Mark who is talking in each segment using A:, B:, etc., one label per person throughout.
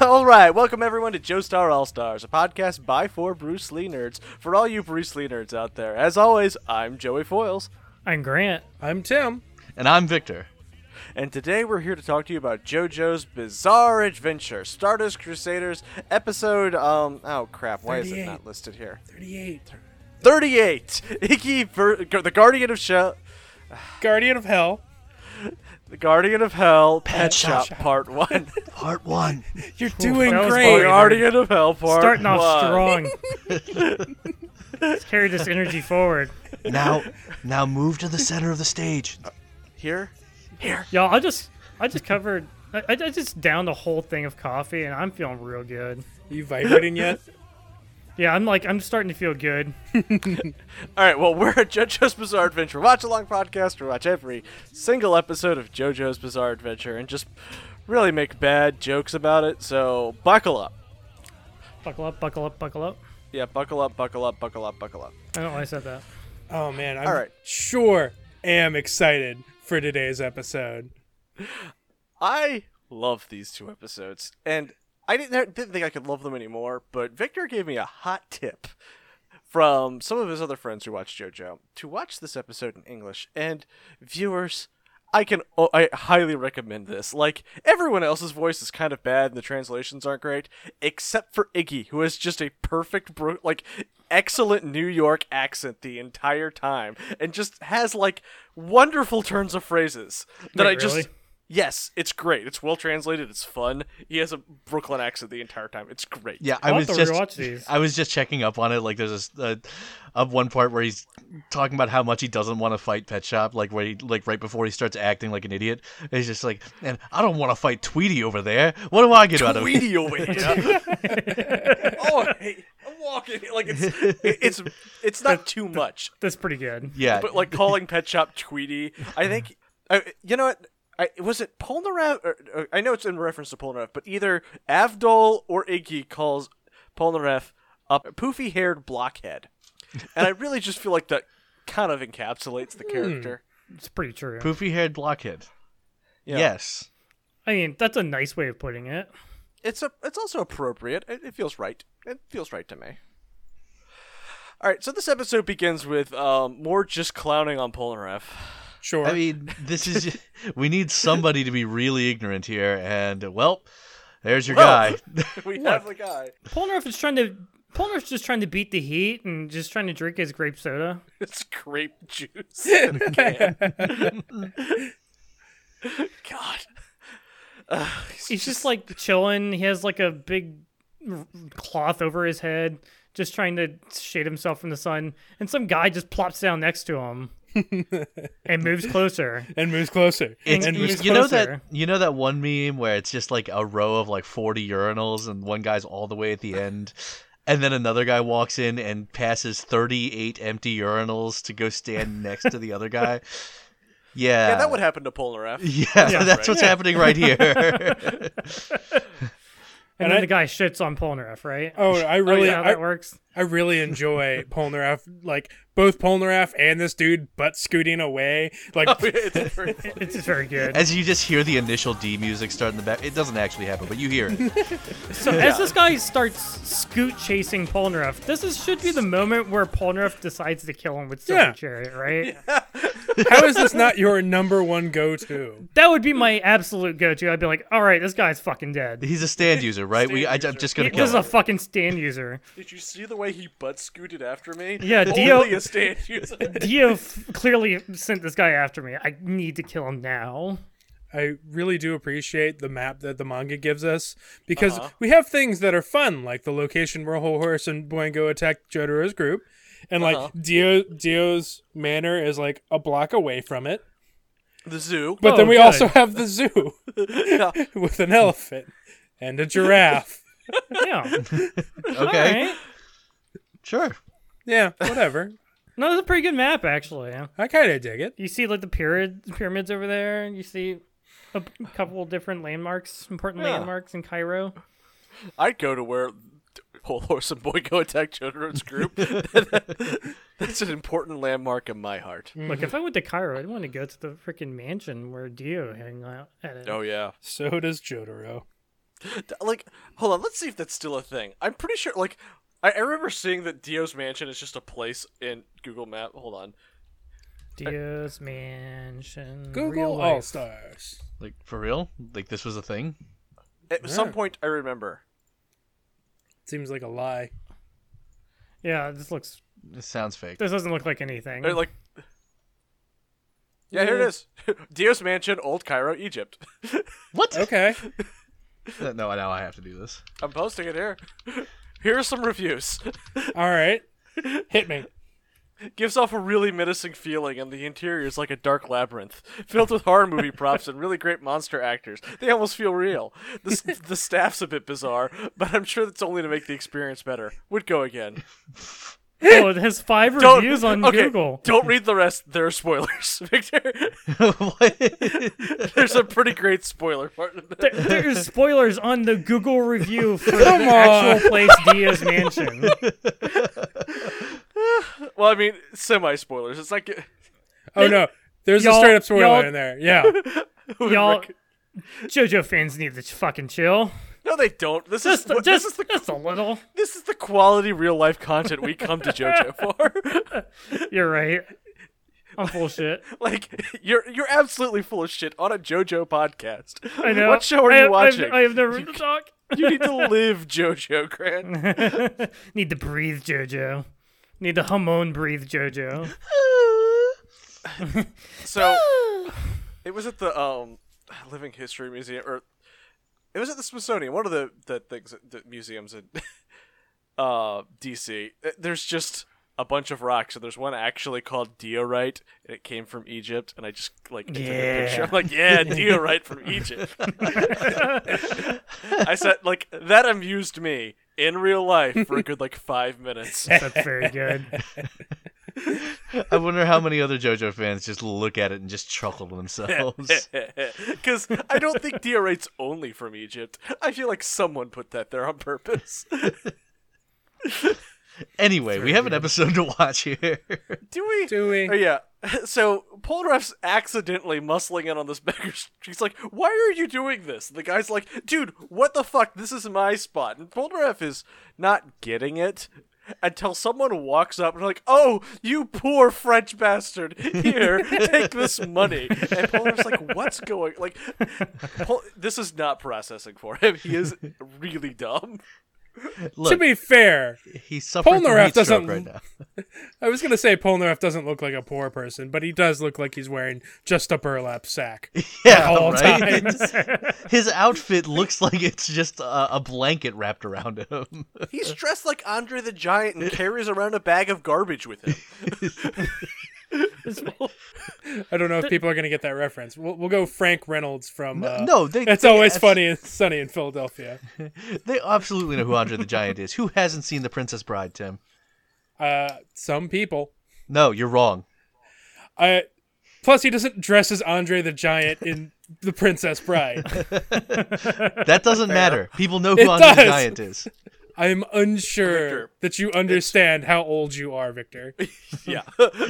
A: all right, welcome everyone to Joe Star All Stars, a podcast by for Bruce Lee nerds for all you Bruce Lee nerds out there. As always, I'm Joey Foyles,
B: I'm Grant.
C: I'm Tim.
D: And I'm Victor.
A: and today we're here to talk to you about JoJo's Bizarre Adventure, Stardust Crusaders, episode um oh crap, why is it
C: 38.
A: not listed here?
C: 38.
A: 38. Iggy ver- the Guardian of Shell
C: Guardian of Hell.
A: The Guardian of Hell Pet,
D: Shop.
A: Shop, Part 1.
D: Part one.
C: You're doing
B: that was
C: great.
B: boring.
A: Guardian of Hell Part
B: Starting
A: 1.
B: off strong. Let's carry this energy forward.
D: Now, now move to the center of the stage.
A: Here?
B: Y'all, I just I just covered I, I just downed a whole thing of coffee and I'm feeling real good.
C: You vibrating yet?
B: Yeah, I'm like I'm starting to feel good.
A: All right, well, we're at JoJo's Bizarre Adventure Watch Along Podcast. We watch every single episode of JoJo's Bizarre Adventure and just really make bad jokes about it. So buckle up.
B: Buckle up, buckle up, buckle up.
A: Yeah, buckle up, buckle up, buckle up, buckle up.
B: I don't know why I said that.
C: Oh, man. I'm
A: All right.
C: sure am excited for today's episode.
A: I love these two episodes, and I didn't, I didn't think I could love them anymore, but Victor gave me a hot tip from some of his other friends who watch JoJo to watch this episode in English. And viewers, I can oh, I highly recommend this. Like everyone else's voice is kind of bad and the translations aren't great, except for Iggy, who has just a perfect bro- like excellent New York accent the entire time and just has like wonderful turns of phrases that
B: Wait,
A: I just
B: really?
A: Yes, it's great. It's well translated. It's fun. He has a Brooklyn accent the entire time. It's great.
D: Yeah, I
B: I'll
D: was
B: have to
D: just
B: rewatch these.
D: I was just checking up on it. Like there's this, uh, up one part where he's talking about how much he doesn't want to fight Pet Shop. Like where he, like right before he starts acting like an idiot, And he's just like, "And I don't want to fight Tweety over there. What do I get out of it?"
A: Tweety over here. oh, hey, I'm walking. Like it's it's it's not too much,
B: That's pretty good.
D: Yeah,
A: but like calling Pet Shop Tweety, I think I, you know what. I, was it Polnareff? Or, or, I know it's in reference to Polnareff, but either Avdol or Iggy calls Polnareff a poofy-haired blockhead, and I really just feel like that kind of encapsulates the character.
B: It's pretty true.
D: poofy haired blockhead.
A: Yeah.
D: Yes.
B: I mean, that's a nice way of putting it.
A: it's a it's also appropriate. It, it feels right. It feels right to me. All right, so this episode begins with um, more just clowning on Polnareff.
C: Sure.
A: Oh,
D: I mean, this is we need somebody to be really ignorant here, and well, there's your
A: Well.
D: guy.
A: We have the guy.
B: Polnareff is trying to Polnareff's just trying to beat the heat and just trying to drink his grape soda.
A: It's grape juice in a can. God,
B: He's just like chilling. He has like a big r- cloth over his head, just trying to shade himself from the sun. And some guy just plops down next to him and moves closer.
C: and moves closer.
D: It's,
B: England
C: and
D: you,
B: was
D: you know that
B: closer.
D: you know that one meme where it's just like a row of like 40 urinals and one guy's all the way at the end and then another guy walks in and passes 38 empty urinals to go stand next to the other guy. Yeah.
A: yeah, that would happen to Polnareff.
D: Yeah,
B: Yeah.
D: that's what's happening right here.
B: And,
C: And
B: then
C: I-
B: the guy shits on Polnareff, right?
C: Oh, I really,
B: yeah, how
C: I,
B: that works.
C: I really enjoy Polnareff, like both Polnareff and this dude butt scooting away.
A: Oh,
C: Like,
A: It's very funny.
B: It's just very good.
D: As you just hear the initial D music start in the back, it doesn't actually happen, but you hear it.
B: So as this guy starts scoot chasing Polnareff, this is, should be the moment where Polnareff decides to kill him with Silver
C: Yeah.
B: Chariot, right?
C: how is this not your number one go to?
B: That would be my absolute go-to. I'd be like, all right, this guy's fucking dead.
D: He's a stand user, right? we, I, am just gonna
B: He
D: kill
B: was
D: him.
B: a fucking stand user.
A: Did you see the way he butt scooted after me?
B: Yeah,
A: Only
B: Dio-
A: a stand user.
B: Dio f- clearly sent this guy after me. I need to kill him now.
C: I really do appreciate the map that the manga gives us because
B: Uh-huh.
C: we have things that are fun, like the location where Whole Horse and Boingo attacked Jotaro's group, and
A: Uh-huh.
C: like Dio Dio's manor is like a block away from it.
A: the zoo.
C: But
B: Oh,
C: then we
B: good.
C: also have the zoo
A: Yeah.
C: with an elephant and a giraffe.
B: Yeah.
D: Okay,
B: All right.
D: sure.
C: yeah, whatever.
B: No, that's a pretty good map actually.
C: I kind of dig it.
B: You see like the pyramid pyramids over there. and You see a p- couple different landmarks, important
A: Yeah.
B: landmarks in Cairo.
A: I'd go to where whole horse and boy go attack Jotaro's group. That's an important landmark in my heart.
B: Look, if I went to Cairo, I'd want to go to the freaking mansion where Dio hang out at it.
A: Oh yeah.
C: So does Jotaro.
A: D- Like, hold on. Let's see if that's still a thing. I'm pretty sure. Like, I, I remember seeing that Dio's mansion is just a place in Google Map. Hold on.
B: Dio's mansion. real
C: Google
B: life.
C: All Stars.
D: Like for real? Like this was a thing?
A: At some
C: Yeah.
A: point, I remember.
C: Seems like a lie.
B: Yeah, this looks.
D: This sounds fake.
B: This doesn't look like anything.
A: They're Uh, like. Yeah, here it is. Dio's mansion, Old Cairo, Egypt.
D: What?
C: Okay.
D: No, now I have to do this.
A: I'm posting it here. Here are some reviews.
C: All right. Hit me.
A: Gives off a really menacing feeling, and the interior is like a dark labyrinth, filled with horror movie props and really great monster actors. They almost feel real. The, s- the staff's a bit bizarre, but I'm sure that's only to make the experience better. Would go again.
B: oh, it has five
A: Don't,
B: reviews on
A: okay,
B: Google.
A: Don't read the rest. There are spoilers, Victor.
D: What?
A: There's a pretty great spoiler part. in that.
B: There, there's spoilers on the Google review for the
C: Come on.
B: actual place Dio's mansion.
A: Well, I mean, semi spoilers. It's like
C: Oh no. There's a
B: Y'all-
C: straight up spoiler
B: y'all-
C: in there. Yeah.
A: Oh
B: Y'all, JoJo fans need to fucking chill.
A: no, they don't. This is
B: Just,
A: what- this is
B: just,
A: the
B: just a little.
A: this is the quality real life content we come to JoJo for.
B: You're right. I'm bullshit.
A: Like you're you're absolutely full of shit on a JoJo podcast.
B: I know.
A: What show are
B: I
A: you
B: have, I have-
A: watching?
B: I have no room to talk.
A: you need to live JoJo, Grant.
B: Need to breathe, JoJo. Need to humone breathe, JoJo.
A: So it was at the um Living History Museum, or it was at the Smithsonian, one of the the things the museums in uh DC. Uh, There's just a bunch of rocks, and there's one actually called diorite, and it came from Egypt. And I just like I took a picture.
B: Yeah.
A: I'm like, yeah, diorite from Egypt. I said like that amused me in real life for a good like five minutes.
B: That's very good.
D: I wonder how many other JoJo fans just look at it and just chuckle to themselves.
A: Because I don't think diorite's only from Egypt. I feel like someone put that there on purpose.
D: anyway, we have an episode to watch here.
A: Do we?
C: Do we?
A: Oh, yeah. So Polnareff's accidentally muscling in on this beggar's. She's like, "Why are you doing this?" the guy's like, "Dude, what the fuck? This is my spot." And Polnareff is not getting it until someone walks up and like, "Oh, you poor French bastard! Here, take this money." And Polnareff's like, "What's going? Like, Pol- this is not processing for him. He is really dumb."
D: Look,
C: To be fair,
D: he's suffering from
C: Polnareff
D: heat stroke
C: doesn't-
D: right now.
C: I was gonna say Polnareff doesn't look like a poor person, but he does look like he's wearing just a burlap sack.
D: Yeah,
C: all
D: right?
C: times.
D: His outfit looks like it's just a, a blanket wrapped around him.
A: He's dressed like Andre the Giant and carries around a bag of garbage with him.
C: I don't know if people are gonna get that reference. We'll, we'll go Frank Reynolds from. uh,
D: no, they-
C: It's
D: they
C: always
D: abs-
C: funny and sunny in Philadelphia.
D: They absolutely know who Andre the Giant is. Who hasn't seen The Princess Bride, Tim?
C: Uh, some people.
D: No, you're wrong.
C: I. Plus, he doesn't dress as Andre the Giant in The Princess Bride.
D: That doesn't matter. People know who
C: It
D: Andre the
C: does.
D: Giant is.
C: I'm unsure
A: Victor,
C: that you understand how old you are, Victor.
A: Yeah.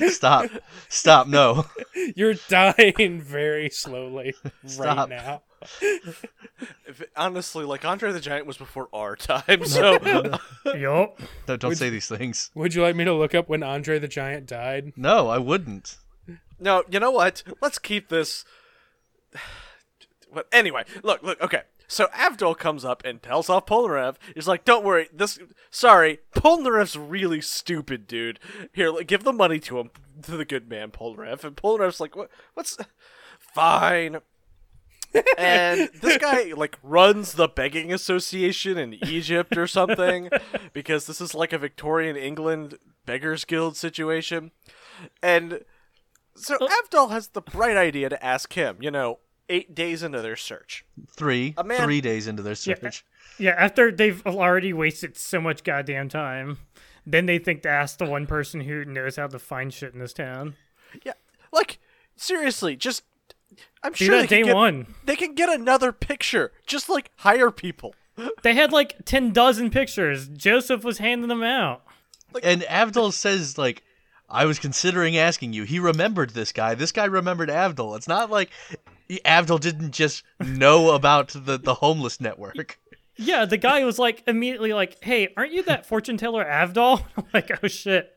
D: Stop. Stop. No.
C: You're dying very slowly right
D: Stop.
C: now.
A: If- honestly, like Andre the Giant was before our time, so
B: yup.
D: No, don't say these things.
C: Would you like me to look up when Andre the Giant died?
D: No, I wouldn't.
A: no. You know what? Let's keep this. But anyway, look, look. Okay, so Avdol comes up and tells off Polnareff. He's like, "Don't worry. This, sorry, Polnareff's really stupid, dude. Here, like, give the money to him, to the good man, Polnareff." And Polnareff's like, "What? What's? Fine." and this guy like runs the begging association in Egypt or something because this is like a Victorian England beggars guild situation. And so
B: Oh.
A: Avdol has the bright idea to ask him, you know, 8 days into their search.
D: Three.
A: man-
D: Three days into their search.
B: Yeah, after they've already wasted so much goddamn time, then they think to ask the one person who knows how to find shit in this town.
A: Yeah. Like seriously, just I'm
B: Do
A: sure
B: that
A: they can
B: day
A: get,
B: one.
A: They can get another picture. Just like hire people.
B: They had like ten dozen pictures. Joseph was handing them out.
D: and Avdol says like I was considering asking you. He remembered this guy. This guy remembered Avdol. It's not like Avdol didn't just know about the, the homeless network.
B: Yeah, the guy was like immediately like, "Hey, aren't you that fortune teller Avdol?" I'm like, "Oh shit,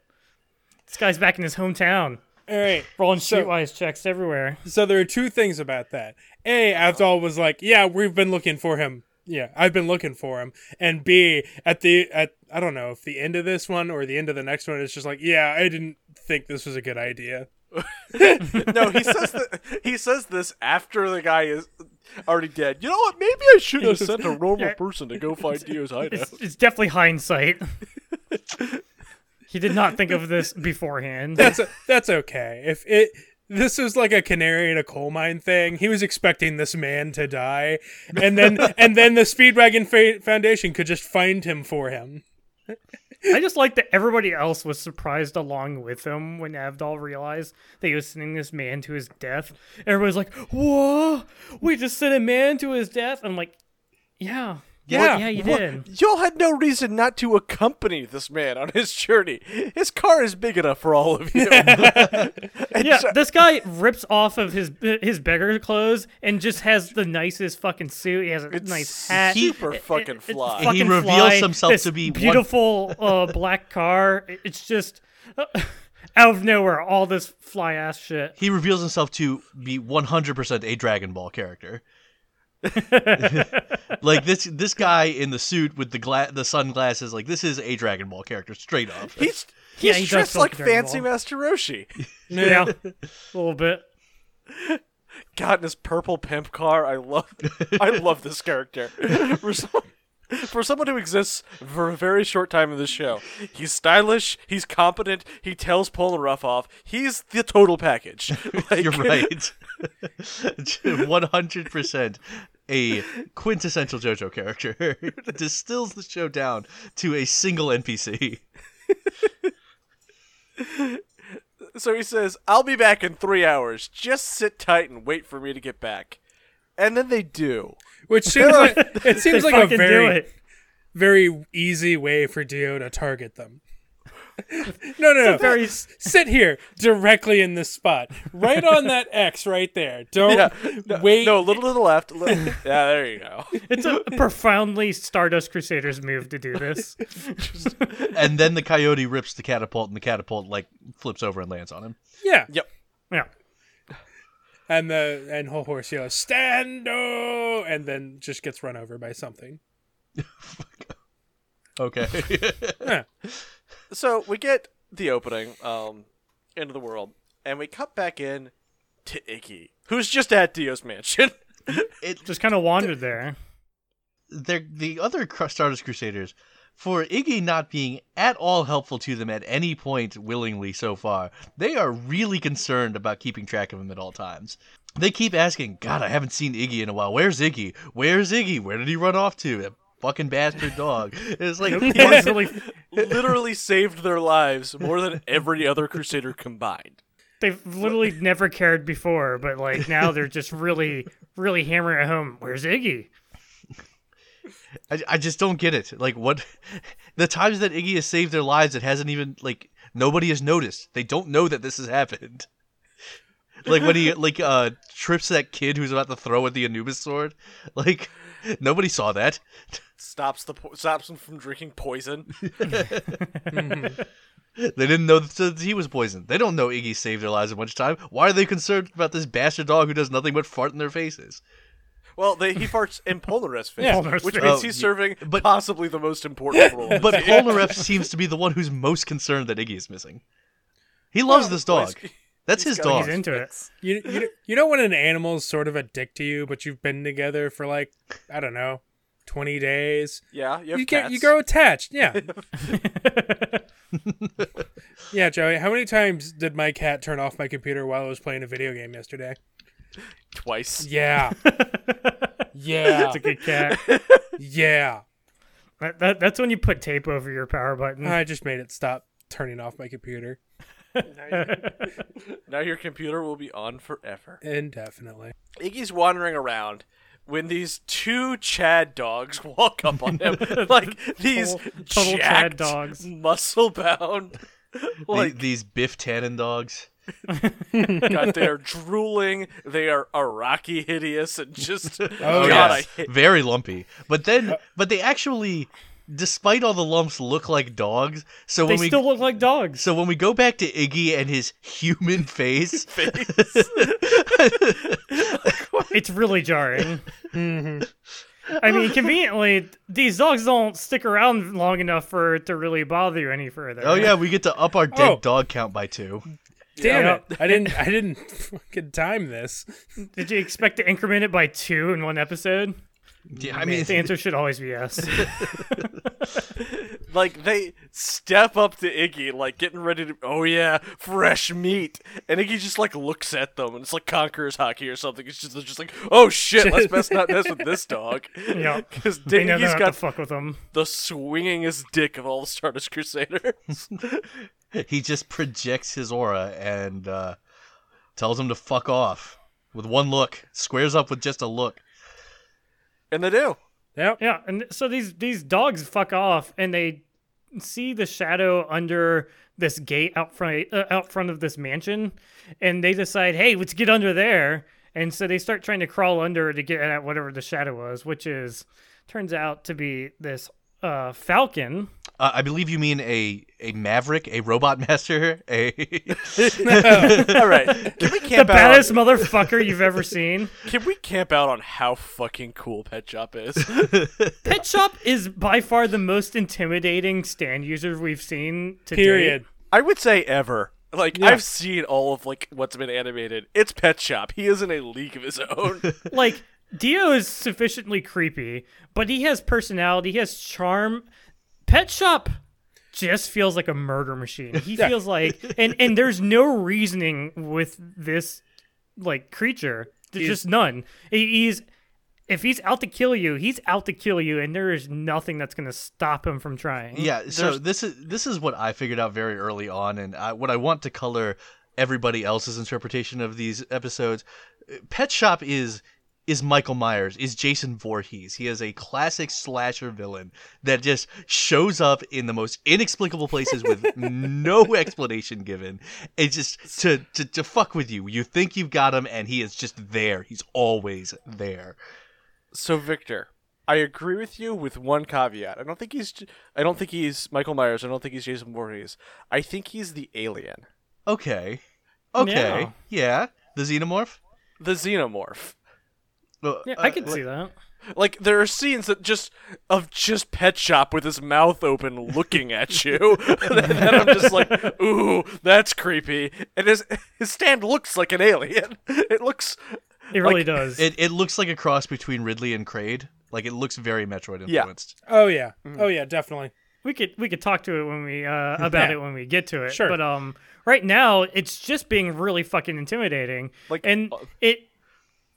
B: this guy's back in his hometown,
C: All right.
B: rolling
C: So-
B: streetwise checks everywhere."
C: So there are two things about that. A, Avdol was like, "Yeah, we've been looking for him. Yeah, I've been looking for him." And B, at the at I don't know if the end of this one or the end of the next one, it's just like, "Yeah, I didn't think this was a good idea."
A: no, he says that he says this after the guy is already dead. You know what? Maybe I should have sent a normal person to go find Dio's hideout.
B: It's, it's definitely hindsight. he did not think of this beforehand.
C: That's that's okay. If it this was like a canary in a coal mine thing, he was expecting this man to die, and then and then the Speedwagon fa- Foundation could just find him for him.
B: I just like that everybody else was surprised along with him when Avdol realized that he was sending this man to his death. Everybody's like, "Whoa, we just sent a man to his death." I'm like, "Yeah,
C: Yeah,
B: yeah, you
A: What-
B: did."
A: Y'all had no reason not to accompany this man on his journey. His car is big enough for all of you. And
B: Yeah,
A: so-
B: this guy rips off of his his beggar clothes and just has the nicest fucking suit. He has a
A: It's
B: nice hat.
A: super
B: It- it-
A: fucking
B: it's a
A: fly. He
B: fucking
D: reveals
B: fly,
D: himself
B: this
D: to be one-
B: beautiful uh, black car. It- It's just out of nowhere all this fly ass shit.
D: He reveals himself to be 100% a Dragon Ball character. like this this guy in the suit with the gla- the sunglasses like this is a Dragon Ball character straight up.
A: he's he's
B: Yeah, he does
A: dressed
B: feel
A: like
B: Dragon
A: Fancy
B: Ball.
A: Master Roshi.
B: Yeah, a little bit.
A: God, in his purple pimp car. I love I love this character. For some- for someone who exists for a very short time in the show, he's stylish, he's competent, he tells Paul and Ruff off. He's the total package. Like,
D: You're right. 100% a quintessential JoJo character. Distills the show down to a single NPC.
A: So he says, I'll be back in three hours. Just sit tight and wait for me to get back. And then they do.
C: Which seems like it
B: They
C: seems like a
B: fucking
C: very
B: do it.
C: very easy way for Dio to target them. no, no, no.
B: Very
C: Sit here directly in this spot, right on that X right there. Don't
A: Yeah. No,
C: wait.
A: No, a little to the left. li- yeah, there you go.
B: It's a profoundly Stardust Crusaders move to do this.
D: And then the coyote rips the catapult and the catapult like flips over and lands on him.
C: yeah.
A: Yep.
B: Yeah.
C: And the and whole horse yells stando, and then just gets run over by something.
D: Okay.
A: So we get the opening, um, end of the world, and we cut back in to Icky, who's just at Dio's mansion.
D: it
B: Just kind of wandered there.
D: they're, the other Cru- Stardust Crusaders, for Iggy not being at all helpful to them at any point willingly so far, they are really concerned about keeping track of him at all times. They keep asking, God, I haven't seen Iggy in a while. Where's Iggy? Where's Iggy? Where did he run off to? That fucking bastard dog. It's like,
B: One's really,
A: Literally saved their lives more than every other Crusader combined.
B: they've literally never cared before, but like now they're just really, really hammering it home. Where's Iggy?
D: I, I just don't get it. Like, what? The times that Iggy has saved their lives, it hasn't even, like, nobody has noticed. They don't know that this has happened. Like, when he, like, uh, trips that kid who's about to throw at the Anubis sword. Like, nobody saw that.
A: Stops the po- stops him from drinking poison.
D: They didn't know that he was poisoned. They don't know Iggy saved their lives a bunch of time. Why are they concerned about this bastard dog who does nothing but fart in their faces?
A: Well, they, he farts in Polnareff's face,
B: Yeah. Polnareff's
A: which
B: face.
A: means
D: Oh,
A: he's
D: yeah.
A: serving
D: But-
A: possibly the most important role.
D: But Polnareff seems to be the one who's most concerned that Iggy is missing. He loves this
A: well,
D: dog.
A: he's-
D: That's
A: he's
D: his
A: gotta-
D: dog.
B: He's into it.
C: You you you know when an animal's sort of a dick to you, but you've been together for like I don't know, twenty days.
A: yeah, you, have
C: You get you
A: cats.
C: grow attached. Yeah. yeah, Joey. How many times did my cat turn off my computer while I was playing a video game yesterday?
A: twice.
C: Yeah. yeah.
B: It's a good cat.
C: Yeah.
B: That, that, that's when you put tape over your power button.
C: I just made it stop turning off my computer
A: Now your computer will be on forever.
C: indefinitely.
A: Iggy's wandering around when these two Chad dogs walk up on him, like these
B: Total- total Chad
A: jacked,
B: dogs.
A: muscle bound,
D: The-
A: like
D: these Biff Tannen dogs.
A: God, they are drooling. They are Iraqi hideous and just Oh, God,
D: Oh, yes.
A: I hate-
D: very lumpy. But then, but they actually, despite all the lumps, look like dogs. So
B: They
D: when we
B: still look like dogs.
D: so when we go back to Iggy and his human face,
B: It's really jarring. I mean, conveniently, these dogs don't stick around long enough for it to really bother you any further.
D: oh yeah, we get to up our dead
C: Oh.
D: dog count by two.
C: Damn
B: Yeah.
C: it! I didn't. I didn't fucking time this.
B: Did you expect to increment it by two in one episode?
D: Yeah, I mean,
B: The answer should always be yes.
A: like they step up to Iggy, like getting ready to. Oh yeah, fresh meat. And Iggy just like looks at them, and it's like conquerors hockey or something. It's just they're just like, oh shit, let's best not mess with this dog.
B: Yeah.
A: because
B: They know
A: Iggy's
B: not to
A: got
B: fuck with them.
A: the swingingest dick of all the Stardust Crusaders.
D: he just projects his aura and uh, tells him to fuck off with one look. Squares up with just a look.
A: and they do.
C: Yep.
B: Yeah, and so these these dogs fuck off, and they see the shadow under this gate out front uh, out front of this mansion, and they decide, hey, let's get under there. And so they start trying to crawl under to get at whatever the shadow was, which is turns out to be this uh, falcon.
D: Uh, I believe you mean a a maverick, a robot master, a
A: All right, can we
B: The
A: camp out? on-
B: baddest motherfucker you've ever seen.
A: Can we camp out on how fucking cool Pet Shop is?
B: Pet Shop is by far the most intimidating stand user we've seen to date.
C: Period.
A: I would say ever. Like I've seen all of like what's been animated. It's Pet Shop. He is in a league of his own.
B: like Dio is sufficiently creepy, but he has personality, he has charm. Pet Shop just feels like a murder machine. He feels like and and there's no reasoning with this like creature. There's just none. He- He's if he's out to kill you, he's out to kill you and there is nothing that's going to stop him from trying.
D: Yeah, so this is this is what I figured out very early on, and I, what I want to color everybody else's interpretation of these episodes. uh, Pet Shop is is Michael Myers, is Jason Voorhees. He is a classic slasher villain that just shows up in the most inexplicable places with no explanation given. It's just to, to to fuck with you. You think you've got him, and he is just there. He's always there.
A: so Victor, I agree with you with one caveat. I don't think he's. I don't think he's Michael Myers. I don't think he's Jason Voorhees. I think he's the alien,
D: Okay, okay, yeah. The xenomorph.
A: the xenomorph.
D: Uh,
B: Yeah, I can
D: uh,
B: see that.
A: Like there are scenes that just of just Pet Shop with his mouth open looking at you, and then I'm just like, ooh, that's creepy. And his his stand looks like an alien. It looks
B: It really does.
D: It it looks like a cross between Ridley and Kraid. Like it looks very Metroid
A: Yeah.
D: influenced.
C: Oh yeah. Oh yeah. Definitely.
B: We could we could talk to it when we uh, about
C: Yeah.
B: it when we get to it.
C: Sure.
B: But um, right now it's just being really fucking intimidating.
A: Like-
C: uh,
B: and it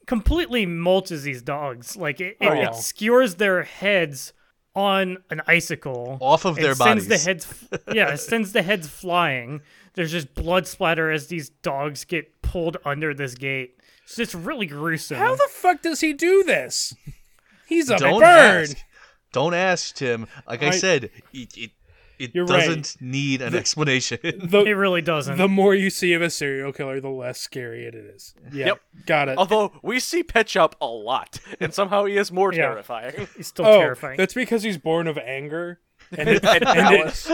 B: completely mulches these dogs. Like it, it,
C: Oh, yeah.
B: it skewers their heads on an icicle
D: Off of
B: It
D: their
B: sends
D: bodies.
B: The heads, f- yeah, it sends the heads flying. There's just blood splatter as these dogs get pulled under this gate. It's just really gruesome.
C: How the fuck does he do this? He's a
D: Don't
C: bird.
D: ask. Don't ask Tim. Like I,
C: I-
D: said, it it, it
C: You're right.
D: doesn't need an explanation.
B: it
C: The,
B: really doesn't.
C: the more you see of a serial killer, the less scary it is. Yeah.
A: Yep.
C: Got it.
A: Although we see Pet Shop a lot, and somehow he is more
B: Yeah.
A: terrifying.
B: it's still
C: oh,
B: terrifying.
C: that's because he's born of anger.
A: and Alice.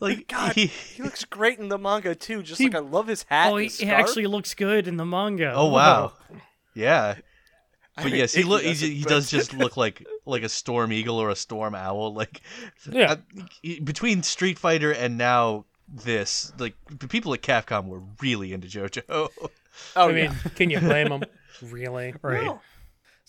D: like
A: God.
D: he-
A: He looks great in the manga too. Just like I love his hat.
B: Oh,
A: and
B: he,
A: his
B: he
A: scarf.
B: actually looks good in the manga.
D: oh wow. Yeah.
A: I
D: But
A: mean,
D: yes, he
A: Iggy
D: look he,
A: doesn't,
D: ju- he
A: but-
D: does just look like like a storm eagle or a storm owl. Like
C: Yeah.
D: I- he- between Street Fighter and now this, like the people at Capcom were really into JoJo.
A: Oh
C: I mean,
A: yeah.
C: can you blame him? really?
B: Right.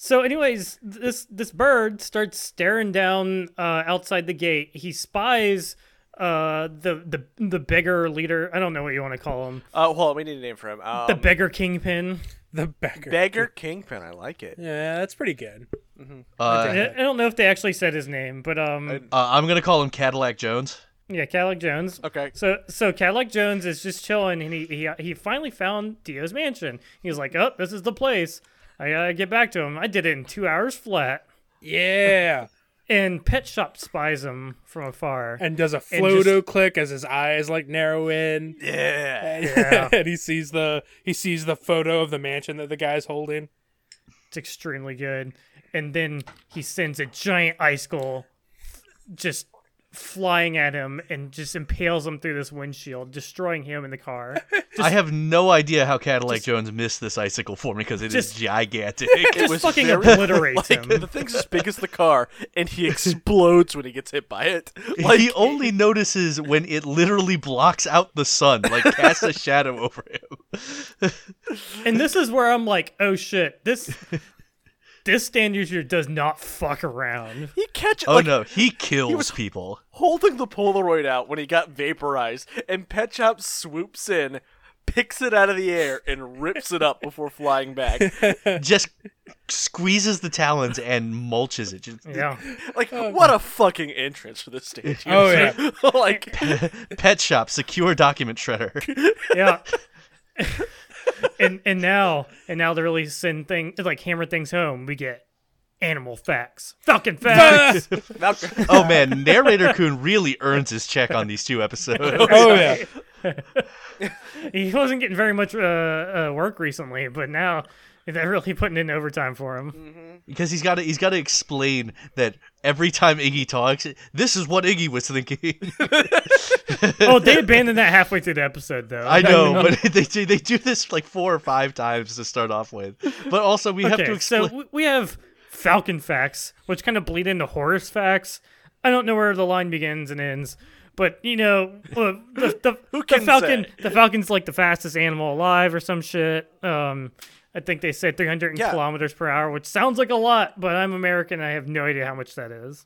B: So, anyways, this this bird starts staring down uh, outside the gate. He spies uh, the the the bigger leader. I don't know what you want to call him.
A: Uh, well, we need a name for him. Um,
B: The beggar kingpin.
C: The beggar.
A: beggar kingpin. I like it.
C: yeah, that's pretty good.
D: Uh,
B: I I don't know if they actually said his name, but um,
D: uh, I'm gonna call him Cadillac Jones.
B: yeah, Cadillac Jones.
A: Okay.
B: So so Cadillac Jones is just chilling, and he he he finally found Dio's mansion. He was like, "Oh, this is the place." I gotta get back to him. I did it in two hours flat.
C: Yeah.
B: And Pet Shop spies him from afar.
C: And does a
B: And just-
C: flodo click as his eyes like narrow in.
A: Yeah.
C: And,
B: Yeah.
C: and he sees the he sees the photo of the mansion that the guy's holding.
B: It's extremely good. And then he sends a giant icicle just flying at him and just impales him through this windshield, destroying him in the car.
D: I have no idea how Cadillac Jones missed this icicle for me because it is
B: Just-
D: gigantic.
A: It
B: just fucking
A: very-
B: obliterates
A: like,
B: him.
A: The thing's as big as the car, and he explodes when he gets hit by it. Like
D: he only notices when it literally blocks out the sun, like casts a shadow over him.
B: And this is where I'm like, oh shit, this this stand user does not fuck around.
A: he catch
D: Oh
A: like,
D: no, he kills people.
A: holding the Polaroid out when he got vaporized, and Pet Shop swoops in, picks it out of the air, and rips it up before flying back.
D: Just squeezes the talons and mulches it. Just-
B: Yeah.
A: Like, what a fucking entrance for this stage.
C: Oh, yeah.
A: like,
D: Pet shop, secure document shredder.
B: Yeah. and and now and now they really send thing like hammer things home. We get animal facts. Falcon facts.
A: Malcolm-
D: Oh man, narrator Coon really earns his check on these two episodes.
C: Oh yeah.
B: he wasn't getting very much uh, uh, work recently, but now they're really putting in overtime for him.
D: Because he's gotta he's gotta explain that every time Iggy talks, this is what Iggy was thinking.
B: oh, they abandoned that halfway through the episode, though.
D: Mm. I know, but they do, they do this like four or five times to start off with. But also we have to
B: Okay,
D: explain.
B: so w- we have Falcon facts, which kind of bleed into Horus facts. I don't know where the line begins and ends, but you know, uh, the, the,
A: Who
B: the
A: can
B: Falcon,
A: say?
B: the Falcon's like the fastest animal alive or some shit. Um, I think they said 300
A: Yeah.
B: kilometers per hour, which sounds like a lot, but I'm American. I have no idea how much that is.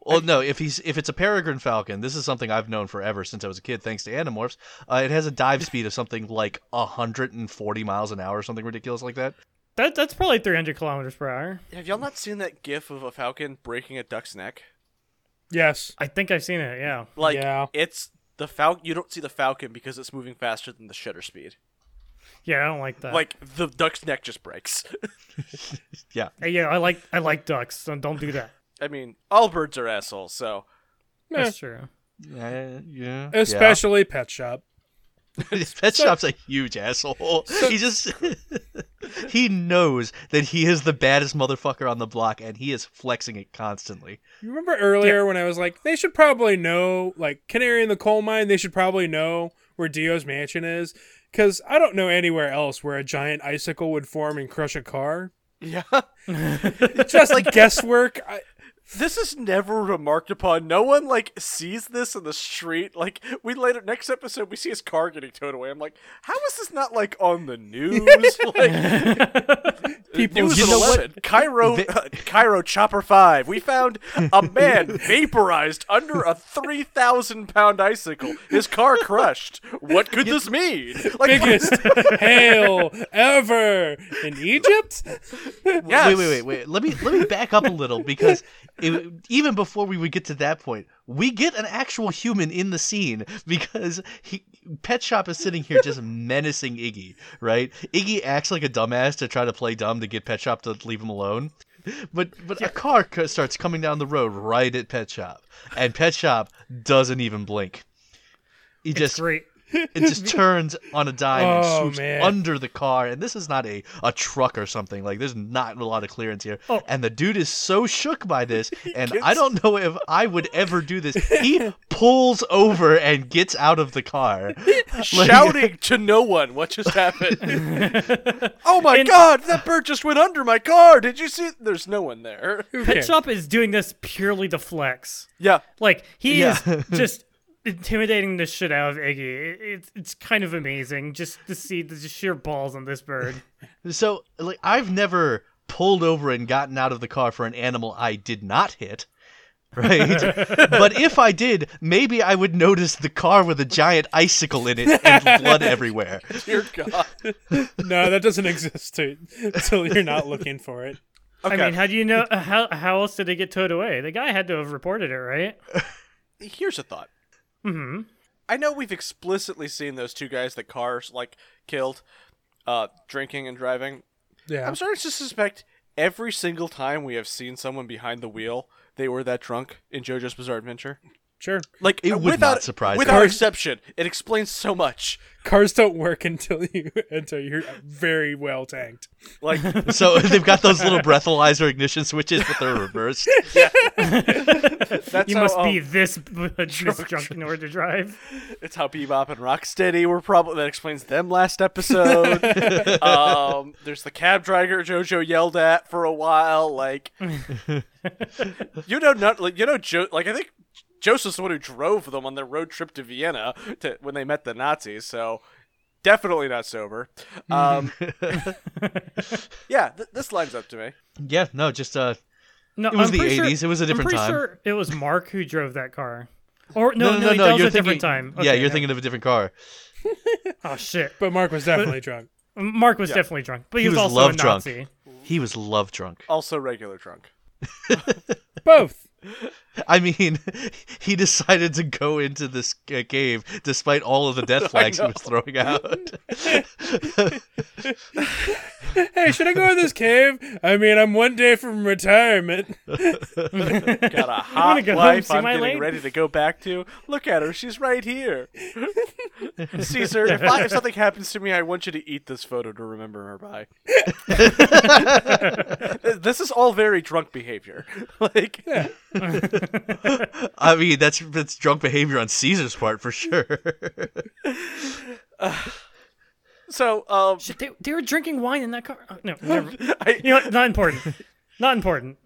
D: Well, no. If he's if it's a peregrine falcon, this is something I've known forever since I was a kid, thanks to Animorphs. Uh, it has a dive speed of something like 140 miles an hour, or something ridiculous like that.
B: That that's probably 300 kilometers per hour.
A: have y'all not seen that gif of a falcon breaking a duck's neck?
C: Yes.
B: I think I've seen it. Yeah.
A: Like,
C: Yeah.
A: it's the falcon. You don't see the falcon because it's moving faster than the shutter speed.
B: Yeah, I don't like that.
A: Like, the duck's neck just breaks.
D: Yeah,
B: Uh, yeah, I like I like ducks. So don't do that.
A: I mean, all birds are assholes, so.
B: That's true.
D: yeah, yeah.
C: Especially pet shop.
D: yeah. Pet Shop's a huge asshole. he just he knows that he is the baddest motherfucker on the block, and he is flexing it constantly.
C: You remember earlier when I was like, they should probably know, like Canary in the coal mine, they should probably know where Dio's mansion is, because I don't know anywhere else where a giant icicle would form and crush a car.
A: Yeah.
C: Just like guesswork. I,
A: This is never remarked upon. No one like sees this in the street. Like we later next episode we see his car getting towed away. I'm like, how is this not like on the news? like
C: people
A: news
D: You
A: at
D: know what?
A: eleven. Cairo
D: They-
A: uh, Cairo Chopper Five. We found a man vaporized under a three thousand pound icicle. His car crushed. What could this mean? Like
C: biggest hail ever in Egypt.
A: yes.
D: Wait, wait, wait, wait. Let me let me back up a little because it, even before we would get to that point, we get an actual human in the scene because he, Pet Shop is sitting here just menacing Iggy, right? Iggy acts like a dumbass to try to play dumb to get Pet Shop to leave him alone. But but a car co- starts coming down the road right at Pet Shop, and Pet Shop doesn't even blink. He
B: It's
D: just
B: great.
D: it just turns on a dime and
C: Oh,
D: swoops
C: man.
D: under the car. And this is not a, a truck or something. Like, there's not a lot of clearance here.
B: Oh.
D: And the dude is so shook by this. And I don't know if I would ever do this. He pulls over and gets out of the car.
A: Shouting to no one what just happened. oh my god, that bird just went under my car. Did you see? There's no one there.
B: Pet Shop is doing this purely to flex.
A: Yeah.
B: Like he
D: Yeah.
B: is just intimidating the shit out of Iggy. It, it's it's kind of amazing just to see the sheer balls on this bird.
D: So, like, I've never pulled over and gotten out of the car for an animal I did not hit. Right, but if I did, maybe I would notice the car with a giant icicle in it and blood everywhere.
A: Dear God.
C: No, that doesn't exist to, until you're not looking for it.
A: Okay.
B: I mean, how do you know? uh, How how else did it get towed away? The guy had to have reported it, right?
A: Here's a thought.
B: hmm
A: I know we've explicitly seen those two guys that cars like killed, uh, drinking and driving.
C: Yeah.
A: I'm starting to suspect every single time we have seen someone behind the wheel, they were that drunk in JoJo's Bizarre Adventure.
C: sure.
A: Like
D: It would
A: without,
D: not surprise
A: without
C: me.
A: exception, it explains so much.
C: Cars don't work until you until you're very well tanked.
A: Like
D: So they've got those little breathalyzer ignition switches, but they're reversed.
A: that's
B: you
A: how,
B: must be
A: um,
B: this, this drunk in order to drive.
A: It's how Bebop and Rocksteady were probably that explains them last episode. um, there's the cab driver JoJo yelled at for a while. Like you know, not like you know, jo- like I think Joseph's the one who drove them on their road trip to Vienna to, when they met the Nazis. So definitely not sober. Um, yeah, th- this lines up to me.
D: Yeah, no, just uh,
B: No,
D: It was
B: I'm
D: the
B: pretty sure-
D: 80s. It was a different
B: I'm pretty
D: time.
B: Sure it was Mark who drove that car. Or no, no,
D: no, no, no,
B: that was
D: you're
B: a
D: thinking,
B: different time.
D: yeah,
B: Okay,
D: you're
B: no.
D: thinking of a different car.
B: Oh shit!
C: But Mark was definitely drunk.
B: Mark was definitely drunk, but he,
D: He
B: was,
D: was
B: also
D: love
B: a
D: drunk.
B: Nazi.
D: He was love drunk.
A: Also regular drunk.
C: Both.
D: I mean, he decided to go into this uh, cave despite all of the death flags he was throwing out.
C: Hey, should I go in this cave? I mean, I'm one day from retirement.
A: Got a hot
B: go home,
A: wife
B: see
A: I'm
B: my
A: getting
B: lady.
A: ready to go back to. Look at her. She's right here. Caesar, if, I, if something happens to me, I want you to eat this photo to remember her by. this is all very drunk behavior. like,
D: I mean, that's that's drunk behavior on Caesar's part for sure.
A: so, um,
B: Shit, they, they were drinking wine in that car. Oh, no, never.
A: I,
B: you know, what? not important. Not important.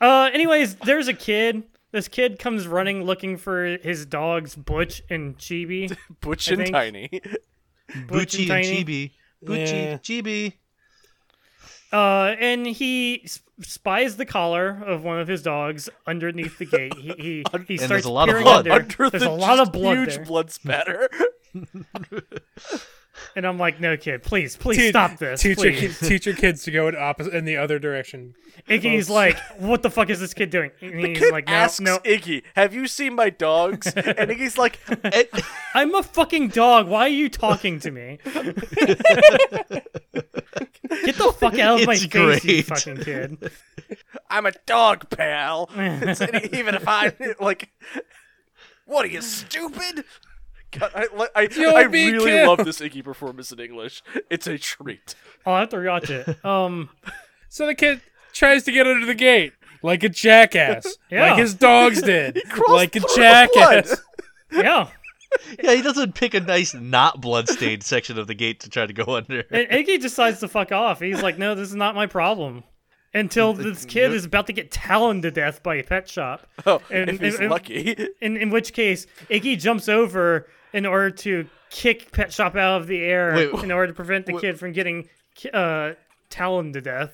B: Uh, anyways, there's a kid. This kid comes running looking for his dogs, Butch and Chibi.
A: Butch
B: I
A: and
B: think-
A: Tiny.
B: Butch
D: Bucci and
B: Tiny.
D: Chibi.
C: Yeah.
D: Bucci, Chibi.
B: Uh, and he s- spies the collar of one of his dogs underneath the gate. He he, he
D: there's
B: starts
D: a lot of
B: peering
D: blood.
B: under.
A: Under
B: there's
A: the
B: a lot of
A: just
B: blood
A: huge
B: there,
A: blood spatter.
B: and I'm like, no kid, please, please
C: Te-
B: stop this.
C: Teach your,
B: please.
C: ki- teach your kids to go in opposite in the other direction.
B: Iggy's like, what the fuck is this kid doing? And he's
A: Kid
B: like, no,
A: asks
B: no,
A: Iggy, "Have you seen my dogs?" and Iggy's like,
D: And-
B: I'm a fucking dog. Why are you talking to me? Get the fuck out of my
D: It's
B: face, you
D: great.
B: fucking kid.
A: I'm a dog, pal. It's any- even if I like, what are you stupid? God, I, li- I,
C: You'll
A: I
C: be
A: really
C: killed.
A: love this Iggy performance in English. It's a treat.
B: I'll have to rewatch it. Um,
C: So the kid tries to get under the gate like a jackass,
B: Yeah.
C: like his dogs did,
A: Crossed
C: like a
A: through the
C: jackass.
B: yeah.
D: yeah, he doesn't pick a nice, not bloodstained section of the gate to try to go under.
B: And Iggy decides to fuck off. He's like, no, this is not my problem. Until this kid is about to get taloned to death by a pet shop.
A: Oh,
B: And-
A: if he's
B: and- and-
A: lucky,
B: In, in which case, Iggy jumps over in order to kick pet shop out of the air
D: Wait,
B: in order to prevent the kid from getting ki- uh, taloned to death.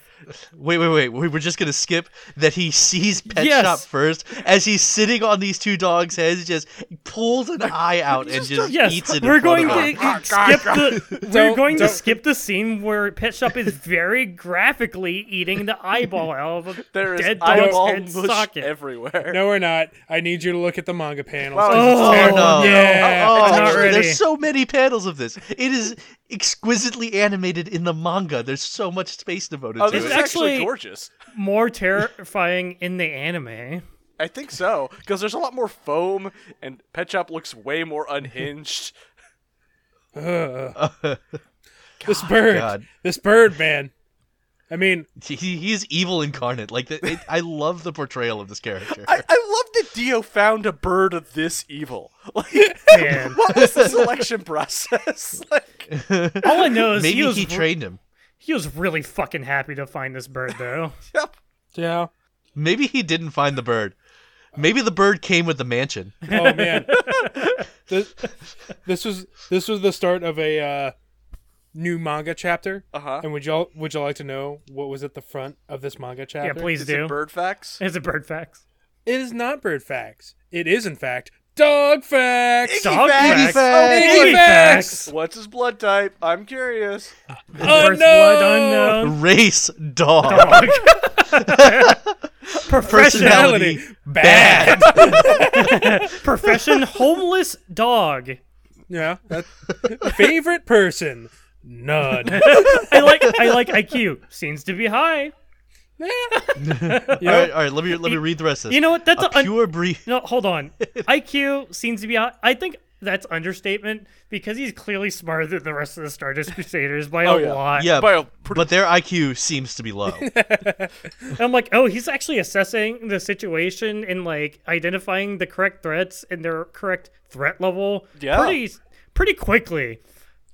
D: Wait, wait, wait. We were just gonna skip that he sees Pet
B: Yes.
D: Shop first as he's sitting on these two dogs' heads, just pulls an eye out and just
B: Yes,
D: eats it. in
B: we're
D: front
B: going
D: of
B: to
D: him.
A: Oh,
B: skip the we're
C: Don't-
B: going to
C: don't-
B: skip the scene where Pet Shop is very graphically eating the eyeball out of a
A: there is
B: dead dog's
A: eyeball
B: head
A: mush
B: socket.
A: everywhere.
C: No, we're not. I need you to look at the manga panels.
A: Wow,
B: Oh,
D: Oh, no.
C: Yeah.
D: Oh,
B: It's not
D: actually,
B: ready.
D: there's so many panels of this. It is exquisitely animated in the manga. There's so much space devoted
A: Oh,
D: to
A: this
D: it.
A: is actually,
B: actually-
A: gorgeous.
B: More terrifying in the anime.
A: I think so because there's a lot more foam, and Pet Shop looks way more unhinged.
C: Ugh. this bird,
D: God.
C: this bird, man. I mean,
D: He, he is evil incarnate. Like the, it, I love the portrayal of this character.
A: I, I love that Dio found a bird of this evil. Like,
B: Man,
A: what was the selection process? Like,
B: all I know is
D: Maybe
B: he was
D: he trained him.
B: he was really fucking happy to find this bird though.
A: yep.
C: yeah.
D: Maybe he didn't find the bird. Maybe the bird came with the mansion.
C: Oh man, this, this was this was the start of a uh, new manga chapter.
A: Uh-huh.
C: And would y'all would you like to know what was at the front of this manga chapter?
B: Yeah, please
A: Is
B: do.
A: it bird facts?
B: It's a bird facts.
C: It is not bird facts. It is in fact dog facts.
B: Dog
A: facts.
B: facts.
D: Iggy
B: Iggy facts.
A: What's his blood type? I'm curious.
C: Oh,
B: First
C: Unknown.
B: blood unknown.
D: Race dog. Personality bad.
B: Profession homeless dog.
C: Yeah. that- favorite person None.
B: I like I like IQ. Seems to be high.
D: All right, all right. Let me let me read the rest of this.
B: You know what? That's
D: a
B: a un-
D: pure brief.
B: No, hold on. IQ seems to be. out- I think that's understatement because he's clearly smarter than the rest of the Stardust Crusaders by
A: Oh,
B: a
A: yeah.
B: lot.
D: Yeah,
A: By a pretty-
D: but their IQ seems to be low.
B: And I'm like, oh, he's actually assessing the situation and like identifying the correct threats and their correct threat level.
A: Yeah.
B: Pretty pretty quickly.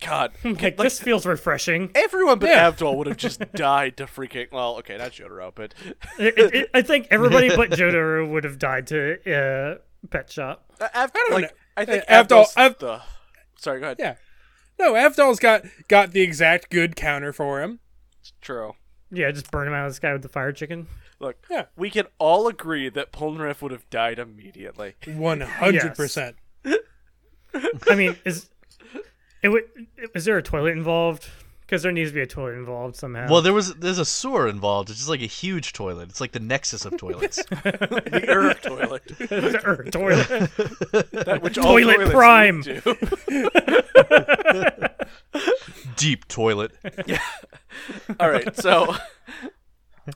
A: God,
B: Like, this feels refreshing.
A: everyone but
C: Yeah.
A: Avdol would have just died to freaking. Well, okay, not Jotaro, but
B: It- it- it- I think everybody but Jotaro would have died to uh, pet shop.
A: uh, Av-
C: don't
A: like
C: know.
A: I think
C: Uh, Avdol-
A: Avdol's
C: Av-
A: the. Sorry, go ahead.
C: Yeah. no, Avdol's got got the exact good counter for him.
A: True.
B: Yeah, just burn him out of the sky with the fire chicken.
A: Look,
C: Yeah.
A: we can all agree that Polnareff would have died immediately.
C: One hundred percent.
B: I mean, is it would is there a toilet involved? Because there needs to be a toilet involved somehow.
D: Well, there was there's a sewer involved. It's just like a huge toilet. It's like the nexus of toilets.
A: The Ur toilet,
B: There are toilet.
A: that which
B: Toilet
A: all toilets
B: prime.
A: lead to.
D: Deep toilet.
A: All right, so uh,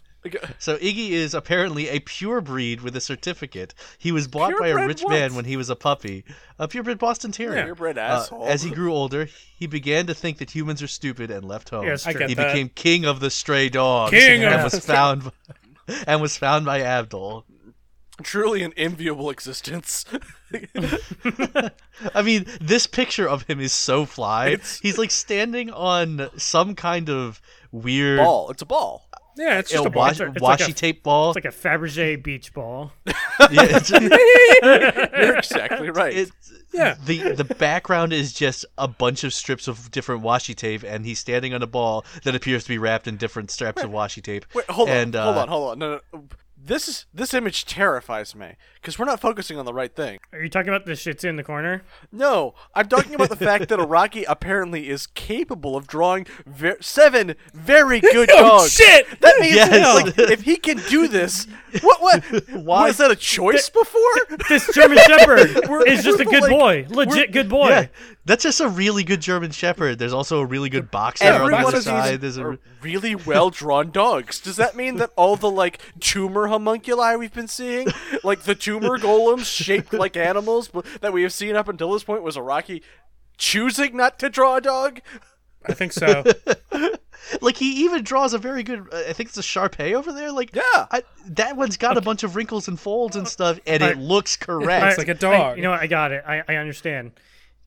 D: So Iggy is apparently a pure breed with a certificate. He was bought by a
A: Purebred
D: rich
A: what?
D: man when he was a puppy, a purebred Boston Terrier.
A: purebred
D: Uh,
A: asshole.
D: as he grew older, he began to think that humans are stupid and left home.
B: Yes,
C: I
B: true.
C: get
D: he
C: that.
D: became king of the stray dogs
C: King of
D: and
C: the
D: was found and was found by Abdul.
A: truly an enviable existence.
D: I mean, this picture of him is so fly.
A: It's-
D: He's like standing on some kind of weird
A: ball, it's a ball.
C: Yeah, it's
D: you know,
C: just a
D: washi,
C: watch.
B: It's like a-
D: washi tape ball.
B: It's like a Fabergé beach ball.
D: Yeah, it's-
A: You're exactly right.
D: it's-
C: Yeah.
D: The the background is just a bunch of strips of different washi tape, and he's standing on a ball that appears to be wrapped in different strips of washi tape.
A: Wait, hold
D: and,
A: on,
D: uh,
A: hold on, hold on. No, no, this is this image terrifies me because we're not focusing on the right thing.
B: Are you talking about the Shih Tzu in the corner?
A: No, I'm talking about the fact that Araki apparently is capable of drawing ver- seven very good
C: Oh
A: dogs.
C: shit!
A: That means
D: Yes.
A: like, if he can do this, what what
D: Why-
A: was that a choice before?
B: This German Shepherd is just a
A: we're
B: good
A: like-
B: boy, legit good boy.
D: Yeah, that's just a really good German Shepherd. There's also a really good boxer on
A: Every
D: the
A: one
D: other
A: of
D: side.
A: these
D: There's
A: are
D: a,
A: really well drawn dogs. Does that mean that all the like tumor homunculi we've been seeing, like the tumor golems shaped like animals, but that we have seen up until this point, was Araki choosing not to draw a dog?
C: I think so.
D: like he even draws a very good. uh, I think it's a Sharpei over there. Like
A: Yeah.
D: I, that one's got a bunch of wrinkles and folds and stuff, and it
B: I-
D: looks
B: All
D: correct.
B: right,
C: like a
B: I-
C: dog.
B: you know, what? I got it. I, I understand.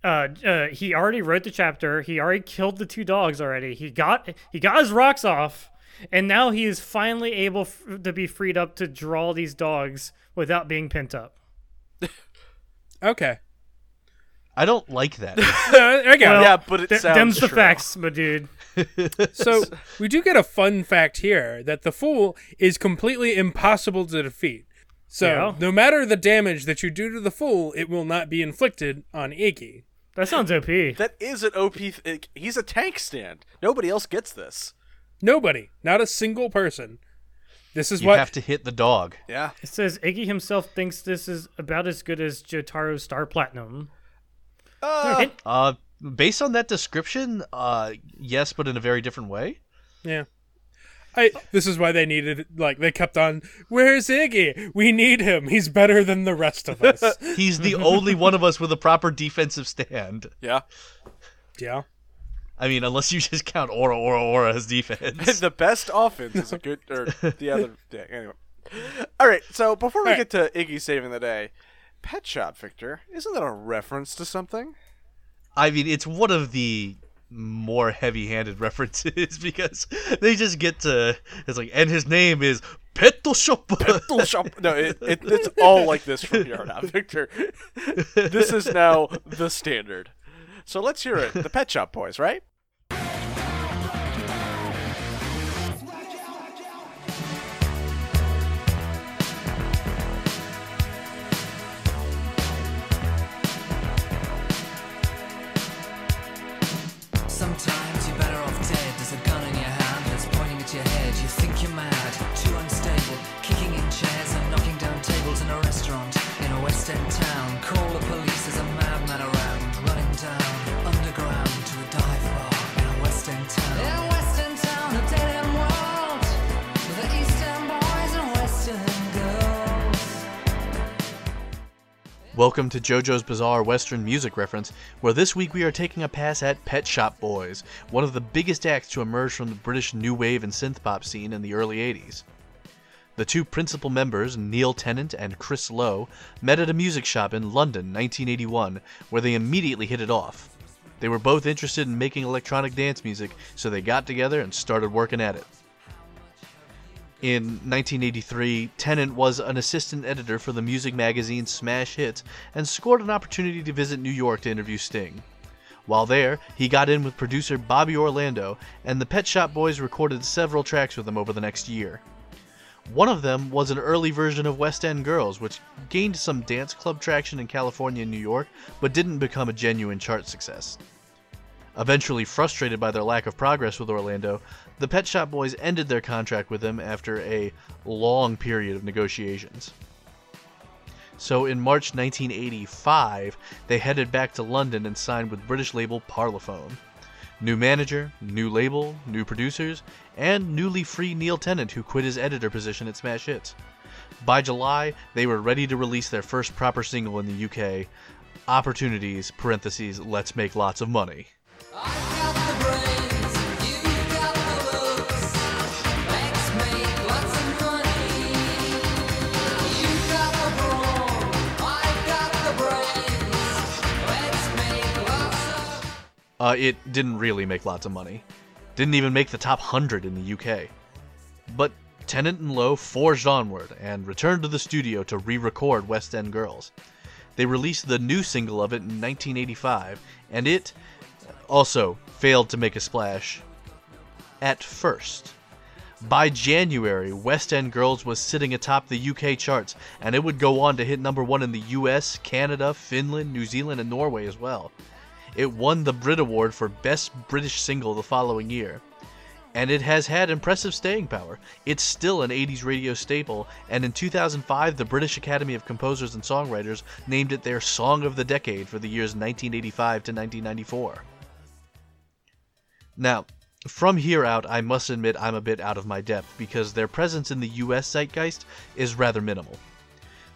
B: Uh, uh, he already wrote the chapter. He already killed the two dogs already. He got he got his rocks off, and now he is finally able f- to be freed up to draw these dogs without being pent up.
C: Okay.
D: I don't like that.
C: No, I got it.
A: yeah, but it
B: th-
A: sounds
B: them's the
A: true.
B: facts, my dude.
C: So we do get a fun fact here that the fool is completely impossible to defeat. So
B: Yeah.
C: no matter the damage that you do to the fool, it will not be inflicted on Iggy.
B: That sounds OP.
A: That is an OP. Th- he's a tank stand. Nobody else gets this.
C: Nobody, not a single person. This is
D: you
C: what
D: have to hit the dog.
A: Yeah.
B: It says Iggy himself thinks this is about as good as Jotaro's Star Platinum.
A: Uh,
B: And-
D: Uh, based on that description, uh, yes, but in a very different way.
C: Yeah. I, this is why they needed like they kept on where's iggy we need him he's better than the rest of us
D: He's the only one of us with a proper defensive stand.
A: yeah.
C: yeah
D: I mean, unless you just count Aura, Aura, Aura as defense.
A: the best offense is a good or the other yeah, anyway. All right, so before we
C: All
A: get to Iggy saving the day, Pet Shop Victor, isn't that a reference to something?
D: I mean, it's one of the more heavy-handed references because they just get to it's like, and his name is Petal Shop.
A: Little shop. No, it, it, it's all like this from here on out, Victor. This is now the standard. So let's hear it. The Pet Shop Boys, right?
E: Sometimes you're better off dead. There's a gun in your hand that's pointing at your head. You think you're mad, too unstable. Kicking in chairs and knocking down tables in a restaurant in a West End town. Call the police, there's a madman around. Running down underground to a dive bar in a West town. In Western town, a dead end world. With the Eastern boys and Western girls.
D: Welcome to JoJo's Bizarre Western Music Reference, where this week we are taking a pass at Pet Shop Boys, one of the biggest acts to emerge from the British new wave and synthpop scene in the early 80s. The two principal members, Neil Tennant and Chris Lowe, met at a music shop in London, 1981, where they immediately hit it off. They were both interested in making electronic dance music, so they got together and started working at it. In 1983, Tennant was an assistant editor for the music magazine Smash Hits and scored an opportunity to visit New York to interview Sting. While there, he got in with producer Bobby Orlando, and the Pet Shop Boys recorded several tracks with him over the next year. One of them was an early version of West End Girls, which gained some dance club traction in California and New York, but didn't become a genuine chart success. Eventually frustrated by their lack of progress with Orlando, the Pet Shop Boys ended their contract with him after a long period of negotiations. So in March 1985, they headed back to London and signed with British label Parlophone. New manager, new label, new producers, and newly free Neil Tennant, who quit his editor position at Smash Hits. By July, they were ready to release their first proper single in the UK, Opportunities, parentheses, Let's Make Lots of Money.
E: Got the brains, you got the looks. Let's make lots of money. You got the brawn, I got the brains. Let's make lots of.
D: Uh, it didn't really make lots of money. Didn't even make the top 100 in the UK. But Tennant and Lowe forged onward and returned to the studio to re record West End Girls. They released the new single of it in 1985, and it also failed to make a splash at first. By January, West End Girls was sitting atop the UK charts, and it would go on to hit number one in the US, Canada, Finland, New Zealand, and Norway as well. It won the Brit Award for Best British Single the following year. And it has had impressive staying power. It's still an 80s radio staple, and in 2005, the British Academy of Composers and Songwriters named it their Song of the Decade for the years 1985 to 1994. Now, from here out, I must admit I'm a bit out of my depth because their presence in the US zeitgeist is rather minimal.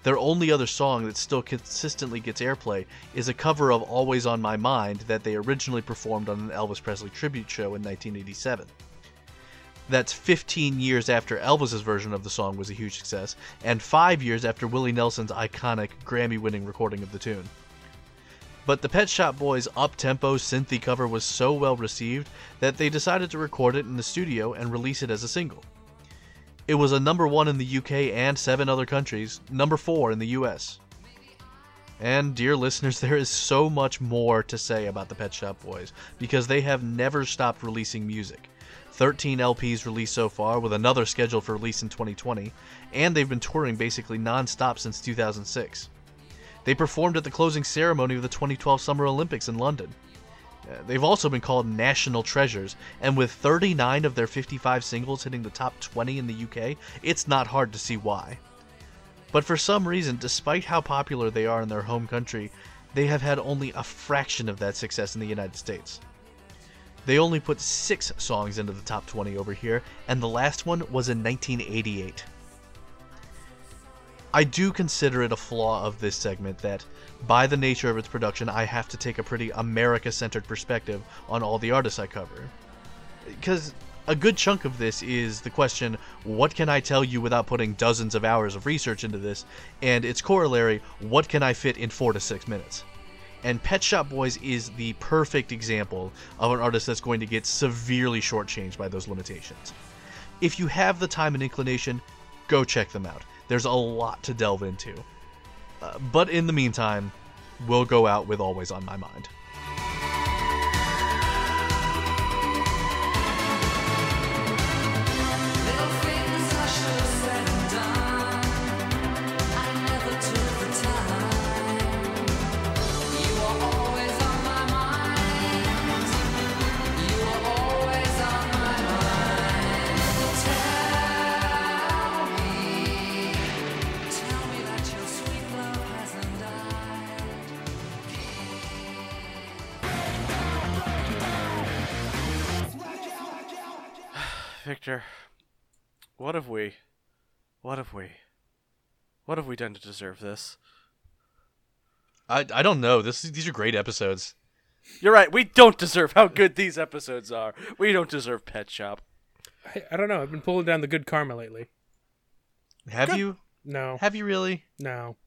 D: Their only other song that still consistently gets airplay is a cover of Always on My Mind that they originally performed on an Elvis Presley tribute show in 1987. That's 15 years after Elvis's version of the song was a huge success, and 5 years after Willie Nelson's iconic Grammy winning recording of the tune. But the Pet Shop Boys' up tempo synthy cover was so well received that they decided to record it in the studio and release it as a single. It was a number one in the UK and seven other countries, number four in the US. And, dear listeners, there is so much more to say about the Pet Shop Boys because they have never stopped releasing music. 13 LPs released so far, with another scheduled for release in 2020, and they've been touring basically non stop since 2006. They performed at the closing ceremony of the 2012 Summer Olympics in London. Uh, They've also been called national treasures, and with 39 of their 55 singles hitting the top 20 in the UK, it's not hard to see why. But for some reason, despite how popular they are in their home country, they have had only a fraction of that success in the United States. They only put six songs into the top 20 over here, and the last one was in 1988. I do consider it a flaw of this segment that, by the nature of its production, I have to take a pretty America centered perspective on all the artists I cover. Because a good chunk of this is the question what can I tell you without putting dozens of hours of research into this? And its corollary what can I fit in four to six minutes? And Pet Shop Boys is the perfect example of an artist that's going to get severely shortchanged by those limitations. If you have the time and inclination, go check them out. There's a lot to delve into. Uh, but in the meantime, we'll go out with Always on My Mind.
E: Little things I should have said and done. I never took the time. You were always on my mind. You were always on my mind. Tell me, tell me that your sweet love hasn't died.
A: Victor, what have we, what have we, what have we done to deserve this?
D: I, I don't know. This these are great episodes.
A: You're right. We don't deserve how good these episodes are. We don't deserve Pet Shop.
C: I, I don't know. I've been pulling down the good karma lately.
D: Have you?
C: No,
D: Have you really?
C: no.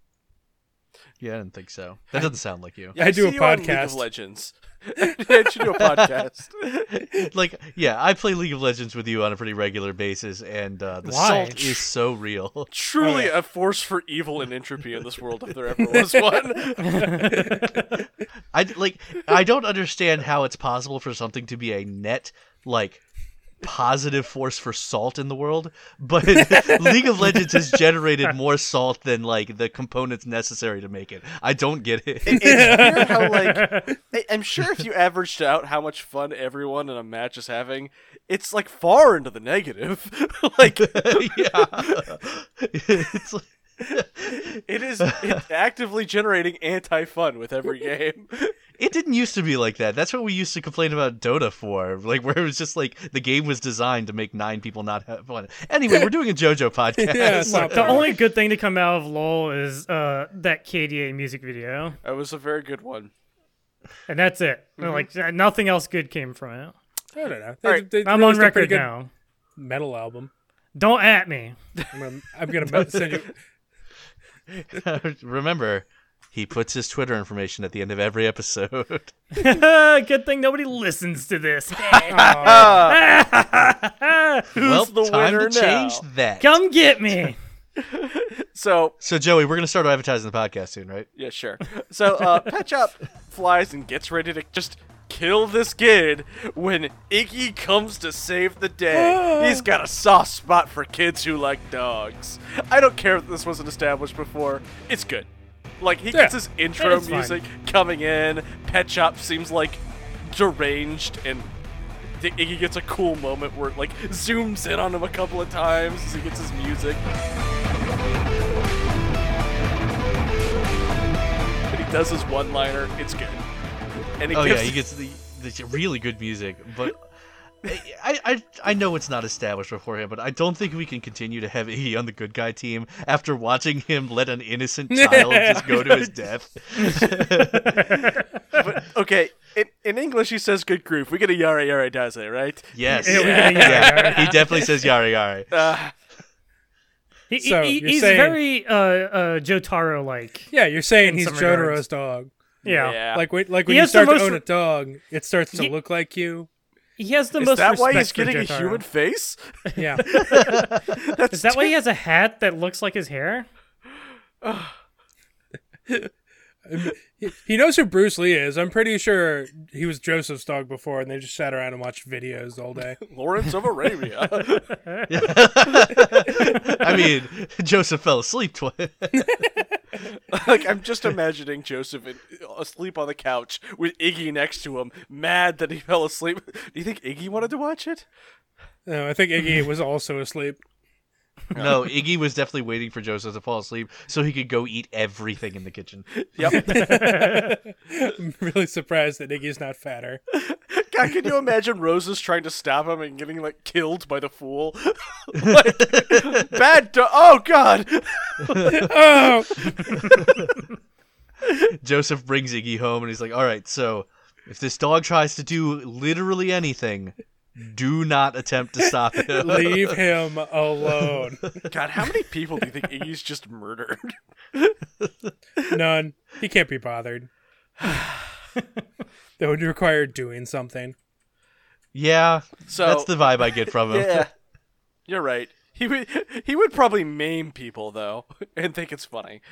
D: Yeah, I didn't think so. That doesn't sound like you.
A: Yeah,
C: I do
A: see
C: a
A: you on League of
C: podcast.
A: Legends. yeah, you do a podcast.
D: like, yeah, I play League of Legends with you on a pretty regular basis, and uh, the
B: Why?
D: salt is so real.
A: Truly a force for evil and entropy in this world, if there ever was one.
D: I d- like. I don't understand how it's possible for something to be a net like positive force for salt in the world, but League of Legends has generated more salt than like the components necessary to make it. I don't get it.
A: It's weird how, like, I- I'm sure if you averaged out how much fun everyone in a match is having, it's like far into the negative. like,
D: yeah, it's like,
A: it is it's actively generating anti fun with every game.
D: It didn't used to be like that. That's what we used to complain about Dota for, like where it was just like the game was designed to make nine people not have fun. Anyway, we're doing a JoJo podcast.
C: Yeah, it's not
B: The
C: bad.
B: only good thing to come out of LOL is uh, that KDA music video,
A: That was a very good one.
B: and that's it.
A: Mm-hmm.
B: Like nothing else good came from it.
C: I don't know.
A: All right,
C: They- they
B: I'm on
C: released a pretty
B: record
C: good
B: now.
C: Metal album.
B: Don't at me.
C: I'm gonna, I'm gonna me- send you.
D: Remember, he puts his Twitter information at the end of every episode.
B: good thing nobody listens to this.
D: well,
A: the
D: time
A: winner
D: to
A: now?
D: change that.
B: Come get me.
A: So,
D: So Joey, we're gonna start advertising the podcast soon, right?
A: Yeah, sure. So uh, Pet Shop flies and gets ready to just kill this kid when Iggy comes to save the day. He's got a soft spot for kids who like dogs. I don't care if this wasn't established before. It's good. Like he gets
C: Yeah,
A: his intro
B: it's fine.
A: music coming in. Pet Shop seems like deranged and. I- Iggy gets a cool moment where it like zooms in on him a couple of times as he gets his music. And he does his one liner. It's good. And he
D: Oh
A: gives
D: yeah, he gets the, the really good music, but. I, I I know it's not established beforehand, but I don't think we can continue to have Iggy on the good guy team after watching him let an innocent child just go to his death.
A: okay. In, in English, he says "good groove." We get a yara yara does it right?
D: Yes,
B: Yeah, we
D: yeah,
B: gotta yara,
D: he definitely says yari yari.
A: Uh,
B: He, he-
C: So,
B: he-
C: you're
B: he's
C: saying-
B: very uh, uh, Jotaro like.
C: Yeah, you're saying
B: In
C: he's
B: some
C: Jotaro's
B: regards.
C: dog.
B: Yeah.
C: Like when, like
B: He
C: when you
B: has the
C: start to
B: most
C: own
B: re-
C: a dog, it starts to
B: Ye-
C: look like you.
B: He has the
A: is
B: most
A: that
B: respect
A: why he's
B: for
A: getting a
B: Jotaro.
A: human face?
C: Yeah,
B: Is that why he has a hat that looks like his hair?
C: he, he knows who Bruce Lee is. I'm pretty sure he was Joseph's dog before, and they just sat around and watched videos all day.
A: Lawrence of Arabia.
D: I mean, Joseph fell asleep twice.
A: like I'm just imagining Joseph in, asleep on the couch with Iggy next to him, mad that he fell asleep. Do you think Iggy wanted to watch it?
C: No, Uh, I think Iggy was also asleep.
D: No, Iggy was definitely waiting for Joseph to fall asleep so he could go eat everything in the kitchen.
A: Yep.
C: I'm really surprised that Iggy's not fatter.
A: God, can you imagine Roses trying to stop him and getting like killed by the fool? like, bad. Do- oh God.
C: Oh,
D: Joseph brings Iggy home and he's like, "All right, so if this dog tries to do literally anything, do not attempt to stop him."
C: leave him alone.
A: God, how many people do you think Iggy's just murdered?
C: None. He can't be bothered. that would require doing something.
D: yeah,
A: So
D: that's the vibe I get from him.
A: yeah, you're right. He would he would probably maim people though and think it's funny.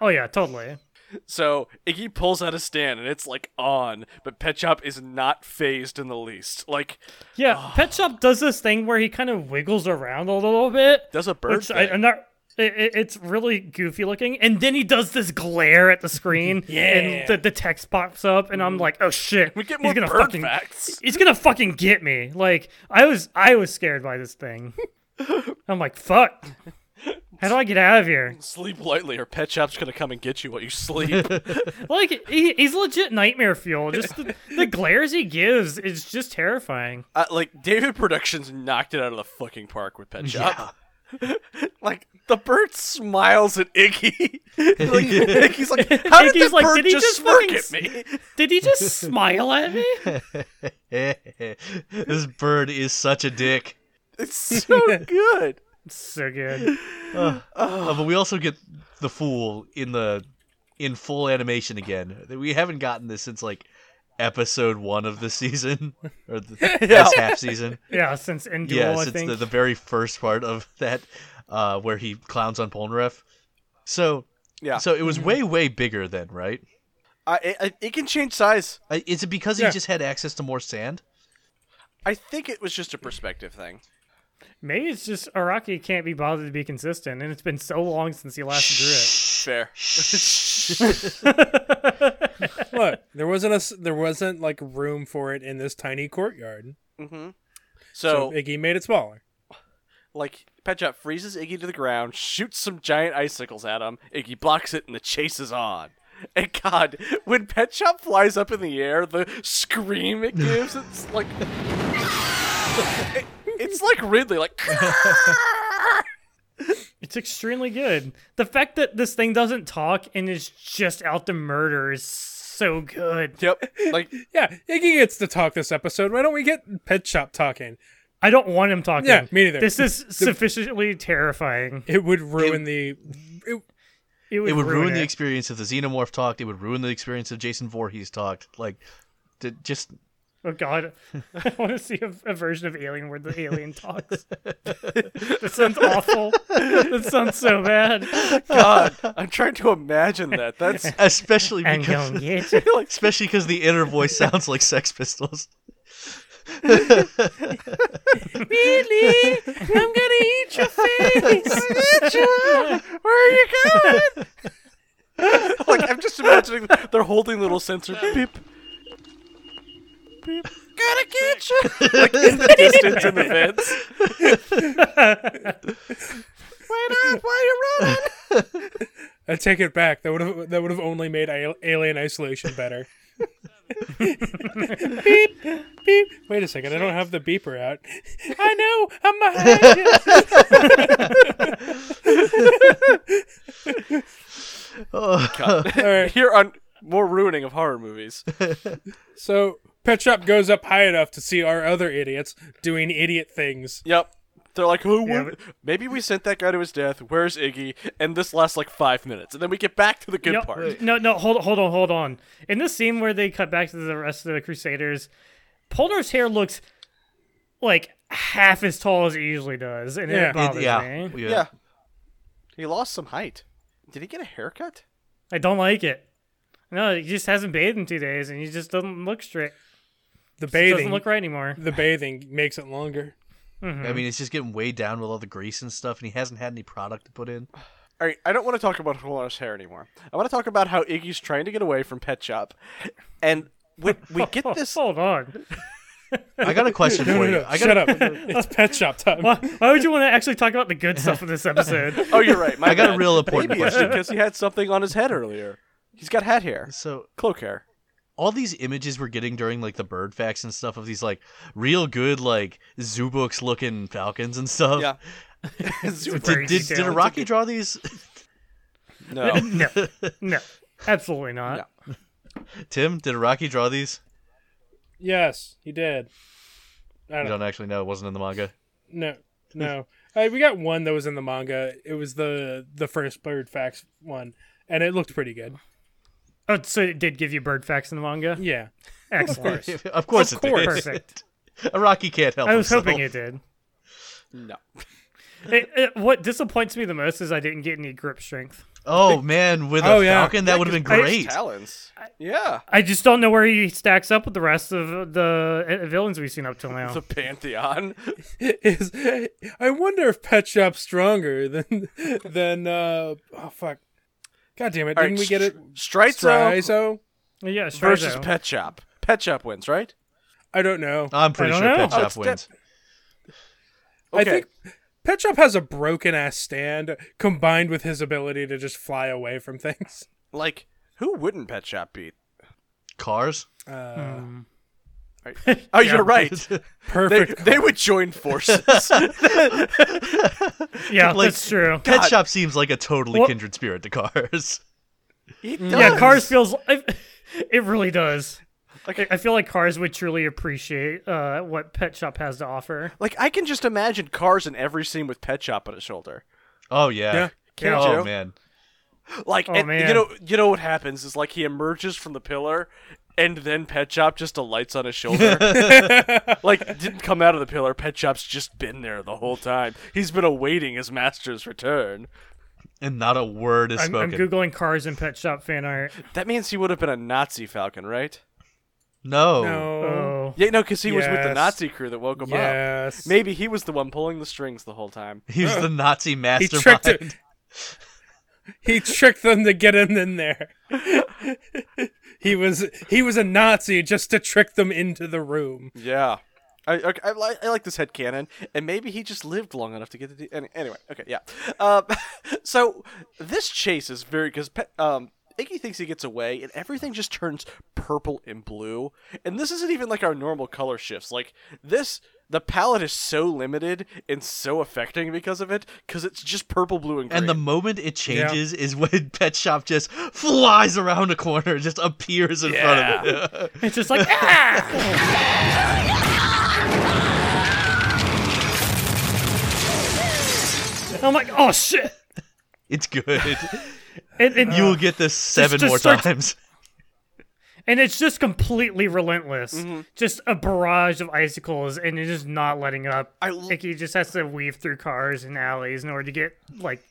B: Oh yeah, totally.
A: So Iggy pulls out a stand and it's like on, but Pet Shop is not phased in the least. Like
B: Yeah, Pet Shop does this thing where he kind of wiggles around a little bit.
A: does a bird.
B: Which I,
A: thing.
B: I'm not. It, it- it's really goofy looking, and then he does this glare at the screen, and the, the text pops up, and I'm like, "Oh shit!"
A: Mm. we get
B: he's
A: more
B: gonna
A: bird
B: fucking,
A: facts.
B: He's gonna fucking get me. Like I was, I was scared by this thing. I'm like, "Fuck!" How do I get out of here?
A: Sleep lightly, or Pet Shop's gonna come and get you while you sleep.
B: Like he, he's legit nightmare fuel. Just the, the glares he gives is just terrifying.
A: uh, like David Productions knocked it out of the fucking park with Pet Shop. like the bird smiles at Iggy. like, Iggy's like, how did
B: Iggy's
A: the
B: like,
A: bird
B: "Did he
A: just,
B: just
A: smirk
B: fucking
A: at me?
B: Did he just smile at me?
D: this bird is such a dick.
A: It's so good.
B: So good.
D: Uh, but we also get the fool in the in full animation again. We haven't gotten this since like episode one of the season or the this half season.
B: Yeah, since Endul,
D: yeah,
B: I
D: since
B: think.
D: the, the very first part of that, uh, where he clowns on Polnareff. So
A: Yeah, so
D: so it was way way bigger then, right?
A: I, it, it can change size.
D: Uh, Is it because
C: Yeah.
D: he just had access to more sand?
A: I think it was just a perspective thing.
B: Maybe it's just Araki can't be bothered to be consistent, and it's been so long since he last drew it.
A: Fair.
C: Look, there wasn't a s- there wasn't like room for it in this tiny courtyard, so,
A: So,
C: Iggy made it smaller.
A: like, Pet Shop freezes Iggy to the ground, shoots some giant icicles at him. Iggy blocks it, and the chase is on. And God, when Pet Shop flies up in the air, the scream it gives, it's like. It- it's like Ridley, like.
B: It's extremely good. The fact that this thing doesn't talk and is just out to murder is so good.
A: yep. Like,
C: Yeah, Iggy gets to talk this episode. Why don't we get Pet Shop talking?
B: I don't want him talking.
C: Yeah, me neither.
B: This is sufficiently terrifying.
C: It would ruin the. It,
B: It would,
D: It would ruin,
B: it.
D: the experience if the Xenomorph talked. It would ruin the experience if Jason Voorhees talked. Like, d- just
B: Oh God, I want to see a, a version of Alien where the alien talks. that sounds awful. That sounds so bad.
A: God, I'm trying to imagine that. That's.
D: especially
B: I'm
D: because
B: gonna get you.
D: especially because the inner voice sounds like Sex Pistols.
B: Really? I'm gonna eat your face.
A: Where are you going? like, I'm just imagining they're holding little sensor. Beep. Beep. Gotta get you. like, in the distance in the fence. Wait up, why are you running?
C: I take it back. That would have that would have only made Al- Alien Isolation better. beep, beep. Wait a second. I don't have the beeper out. I know. I'm behind you. All right.
A: Here on more ruining of horror movies.
C: So Pet Shop goes up high enough to see our other idiots doing idiot things.
A: Yep. They're like, oh,
B: Yeah,
A: what- maybe we sent that guy to his death. Where's Iggy? And this lasts like five minutes, and then we get back to the good
B: Yep.
A: part.
B: No, no, hold, hold on, hold on. In this scene where they cut back to the rest of the Crusaders, Poldar's hair looks like half as tall as it usually does, and
C: Yeah.
B: it
C: It-
B: bothers
D: yeah,
B: me.
A: Yeah. He lost some height. Did he get a haircut?
B: I don't like it. No, he just hasn't bathed in two days, and he just doesn't look straight.
C: The
B: It
C: bathing.
B: doesn't look right anymore.
C: The bathing makes it longer.
D: I mean, it's just getting weighed down with all the grease and stuff, and he hasn't had any product to put in.
A: All right, I don't want to talk about Holar's hair anymore. I want to talk about how Iggy's trying to get away from Pet Shop, and we, we get this.
B: Hold on.
D: I got a question
C: No,
D: for
C: no,
D: you.
C: no.
D: I got
C: Shut
D: a,
C: up. It's Pet Shop time.
B: Why, why would you want to actually talk about the good stuff in this episode?
A: Oh, you're right. My
D: I got a
A: bad.
D: real important
A: Maybe it's
D: question.
A: because he had something on his head earlier. He's got hat hair,
D: So
A: cloak hair.
D: all these images we're getting during like the bird facts and stuff of these like real good like zoo books looking falcons and stuff.
A: Yeah.
B: Very
D: Did did, did
B: detailed.
D: Iraqi draw these?
A: No,
B: No, no, absolutely not.
A: No.
D: Tim, did Iraqi draw these?
C: Yes, he did. I
D: I
C: don't
D: don't actually know. It wasn't in the manga.
C: No, no. Uh, we got one that was in the manga. It was the the first Bird Facts one, and it looked pretty good.
B: Oh, so it did give you bird facts in the manga.
C: Yeah,
B: Excellent.
D: Of course,
C: Of
D: it
C: course.
D: did.
B: Perfect.
D: Iraqi can't help.
B: I was
D: himself.
B: hoping it did.
A: no.
B: It, it- what disappoints me the most is I didn't get any grip strength.
D: Oh man, with
C: Oh,
D: a
C: yeah.
D: falcon that would have been
B: I-
D: great.
A: Talons. Yeah.
B: I just don't know where he stacks up with the rest of the uh, villains we've seen up till now.
A: The Pantheon.
C: is I wonder if Pet Shop's stronger than than uh oh fuck, god damn it!
A: All right,
C: Didn't we get it?
A: Str- Strizo
C: Strizo?
B: yeah, Strizo.
A: versus Pet Shop. Pet Shop wins, right?
C: I don't know.
D: I'm pretty
B: I
D: sure
B: don't know.
D: Pet
A: Oh,
D: Shop
A: it's
D: wins.
A: Okay.
C: I think Pet Shop has a broken ass stand combined with his ability to just fly away from things.
A: Like, who wouldn't Pet Shop beat?
D: Cars.
C: Uh,
A: Right. Oh, you're right. They,
C: Perfect.
A: they would join forces.
B: Yeah,
D: Like-
B: that's true.
D: Pet Shop seems like a totally
B: What-
D: kindred spirit to Cars.
A: It
B: Yeah,
A: does.
B: Cars feels. I, it really does.
A: Okay.
B: I feel like Cars would truly appreciate uh, what Pet Shop has to offer.
A: Like I can just imagine Cars in every scene with Pet Shop on his shoulder.
D: Oh yeah.
C: Yeah.
A: Can't
D: oh
A: you?
D: man.
A: Like
B: Oh,
A: and you
B: man.
A: know, you know what happens is like he emerges from the pillar, and then Pet Shop just alights on his shoulder. like didn't come out of the pillar. Pet Shop's just been there the whole time. He's been awaiting his master's return.
D: And not a word is
B: I'm, I'm
D: spoken.
B: googling Cars and Pet Shop fan art.
A: That means he would have been a Nazi Falcon, right?
D: no.
C: no.
B: Oh,
A: Yeah, no, because he was with the
C: Yes.
A: Nazi crew that woke him up.
C: Yes.
A: Maybe he was the one pulling the strings the whole time.
D: He's the Nazi
C: He tricked
D: mastermind.
C: it. He tricked them to get him in there. he was he was a Nazi just to trick them into the room.
A: Yeah. I, okay, I, li- I like this headcanon, and maybe he just lived long enough to get the. D- any- anyway, okay, yeah. Um, so this chase is very because pe- um, Iggy thinks he gets away, and everything just turns purple and blue. And this isn't even like our normal color shifts. Like this, the palette is so limited and so affecting because of it, because it's just purple, blue, and green.
D: And the moment it changes is when Pet Shop just flies around a corner, just appears in front of it.
B: it's just like ah! I'm like, oh shit!
D: It's good.
B: It, it,
D: you will get this seven
B: just
D: more
B: starts-
D: times.
B: and it's just completely relentless.
A: Mm-hmm.
B: Just a barrage of icicles, and it's just not letting up.
A: I l-
B: Icky just has to weave through cars and alleys in order to get like,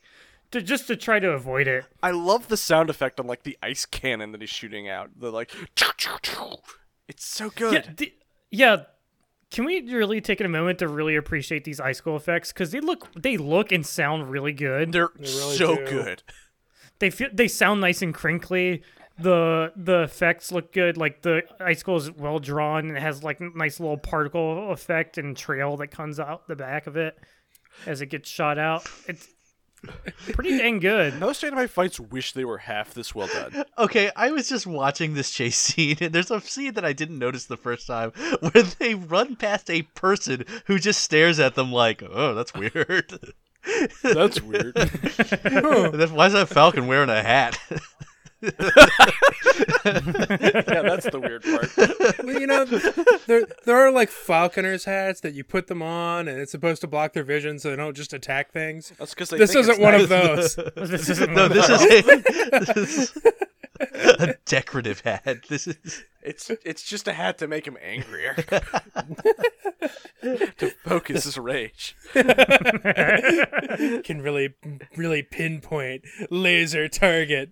B: to just to try to avoid it.
A: I love the sound effect on like the ice cannon that he's shooting out. The like, it's so good.
B: Yeah, the, yeah. Can we really take a moment to really appreciate these icicle effects? Because they look, they look and sound really good.
A: They're
C: really
A: so
C: do.
A: good.
B: they feel they sound nice and crinkly. The the effects look good. Like the icicle is well drawn and it has like n- nice little particle effect and trail that comes out the back of it as it gets shot out. It's pretty dang good.
A: Most anime fights wish they were half this well done.
D: Okay, I was just watching this chase scene, and there's a scene that I didn't notice the first time where they run past a person who just stares at them like, oh, that's weird.
A: That's weird.
D: That- Why is that Falcon wearing a hat?
A: yeah, that's the weird part.
C: Well, you know, there there are like falconers hats that you put them on, and it's supposed to block their vision so they don't just attack things.
A: That's because they
C: this
A: think it's
C: isn't one
A: nice.
C: of those.
B: This isn't
D: no, this is, a, this is a decorative hat. This is
A: It's it's just a hat to make him angrier. to focus his rage.
C: Can really really pinpoint laser target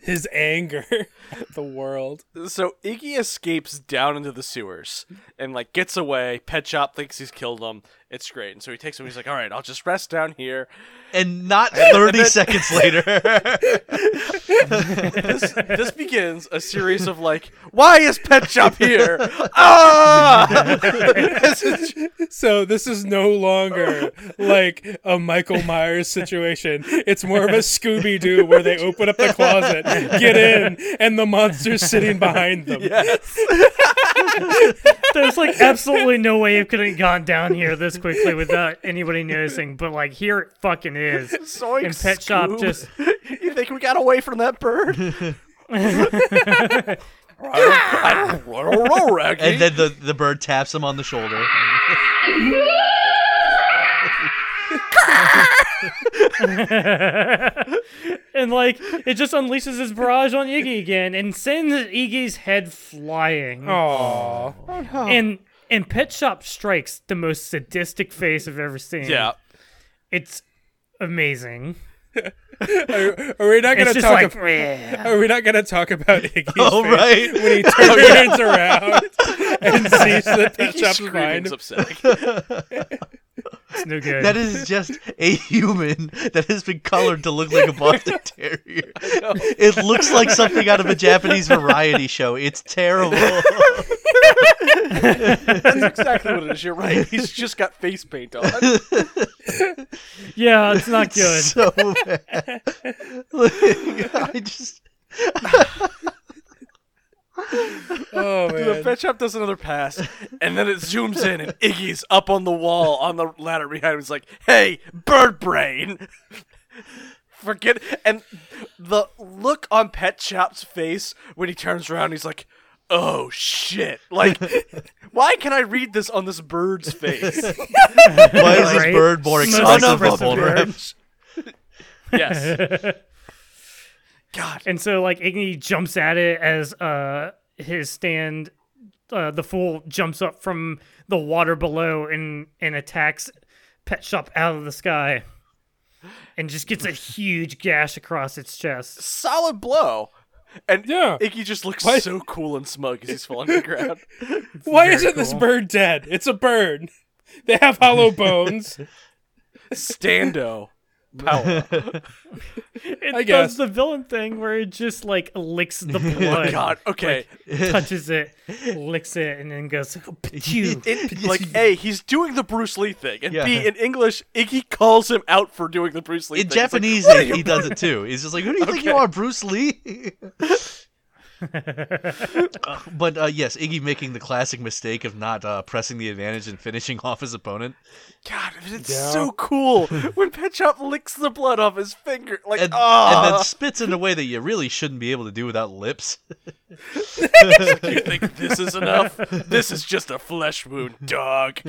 C: his anger at the world.
A: So Iggy escapes down into the sewers and like gets away. Pet Shop thinks he's killed him. It's great, and so he takes him. He's like, "All right, I'll just rest down here."
D: and not 30 seconds later.
A: this, this begins a series of like, why is Pet Shop here? Ah! This is-
C: So this is no longer like a Michael Myers situation. It's more of a Scooby Doo where they open up the closet, get in, and the monster's sitting behind them.
A: yes.
B: There's like absolutely no way it could have gone down here this quickly without anybody noticing. But like here it fucking is.
A: Soink,
B: and Pet Shop
A: Scoob.
B: just
A: You think we got away from that bird? I don't- I don't know, Raggy.
D: And then the, the bird taps him on the shoulder.
B: and like it just unleashes his barrage on Iggy again and sends Iggy's head flying.
D: Oh,
C: Aww.
B: And and Pet Shop strikes the most sadistic face I've ever seen.
A: yeah.
B: It's amazing.
C: Are we
B: It's
C: not gonna
B: just like
C: talk? ab- are we not gonna talk about Iggy's
D: Oh,
C: face
D: right.
C: when he turns around and sees the pet shop
A: Screaming's
C: behind him?
A: upsetting.
B: It's no good.
D: That is just a human that has been colored to look like a Boston Terrier. It looks like something out of a Japanese variety show. It's terrible.
A: That's exactly what it is. You're right. He's just got face paint on.
B: yeah, it's not good.
D: So bad. Like, I just
C: Oh
A: The
C: man.
A: pet shop does another pass, and then it zooms in, and Iggy's up on the wall on the ladder behind him. He's like, "Hey, bird brain." Forget and the look on Pet Shop's face when he turns around, he's like, "Oh shit!" Like, why can I read this on this bird's face?
D: why is this
B: Right?
D: bird more
B: Most
D: expensive than
B: expensive
D: Boulder?
B: bird.
A: yes. God.
B: And so like Iggy jumps at it as uh his stand uh, the fool jumps up from the water below and and attacks Pet Shop out of the sky. And just gets a huge gash across its chest.
A: solid blow. And
C: Yeah.
A: Iggy just looks
C: Why-
A: so cool and smug as he's falling to the ground.
C: Why
B: very
C: isn't this
B: cool.
C: bird dead? It's a bird. They have hollow bones.
A: Stando. Power.
B: It
C: I guess.
B: does the villain thing where it just like licks the blood,
A: God, okay.
B: touches it, licks it, and then goes "Phew."
A: It, like A, he's doing the Bruce Lee thing. And B,
D: Yeah.
A: in English, Iggy calls him out for doing the Bruce Lee
D: In
A: thing. It's like,
D: Japanese, he, he does it too. He's just like, "Who do you think you
A: Okay.
D: are, Bruce Lee?" Uh, but uh, yes, Iggy making the classic mistake of not uh, pressing the advantage and finishing off his opponent.
A: God, it's
C: Yeah.
A: so cool when Pet Shop licks the blood off his finger. Like,
D: and,
A: ah,
D: and then spits in a way that you really shouldn't be able to do without lips.
A: you think this is enough? This is just a flesh wound, dog.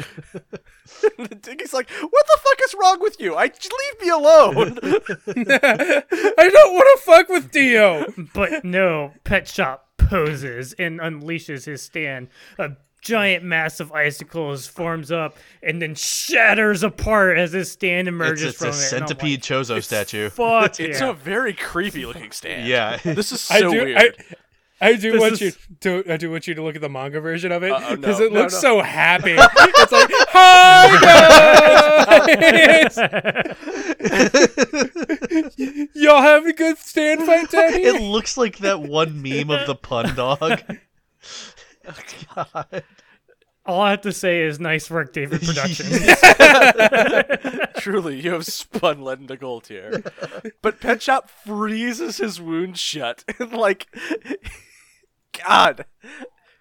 A: Iggy's like, what the fuck is wrong with you? I just leave me alone.
C: I don't want to fuck with Dio.
B: But no, Pet Shop poses and unleashes his stand. A giant mass of icicles forms up and then shatters apart as his stand
D: It's,
B: emerges
D: it's
B: from
D: a
B: it. and I'm
D: centipede chozo statue.
B: Like, Fuck
A: It's
B: yeah.
A: a very creepy looking stand.
D: Yeah.
A: This is
C: I
A: so
C: do.
A: weird.
C: I, I do
B: This
C: want
B: is-
C: you to. I do want you to look at the manga version of it
A: Uh-oh, no,
C: because it
A: no,
C: looks
A: no.
C: so happy. it's like, hi guys, y'all have a good stand fight, Daddy.
D: it looks like that one meme of the pun dog. God.
B: All I have to say is nice work, David Productions.
A: Truly, you have spun lead into gold here. But Pet Shop freezes his wound shut. And like, God.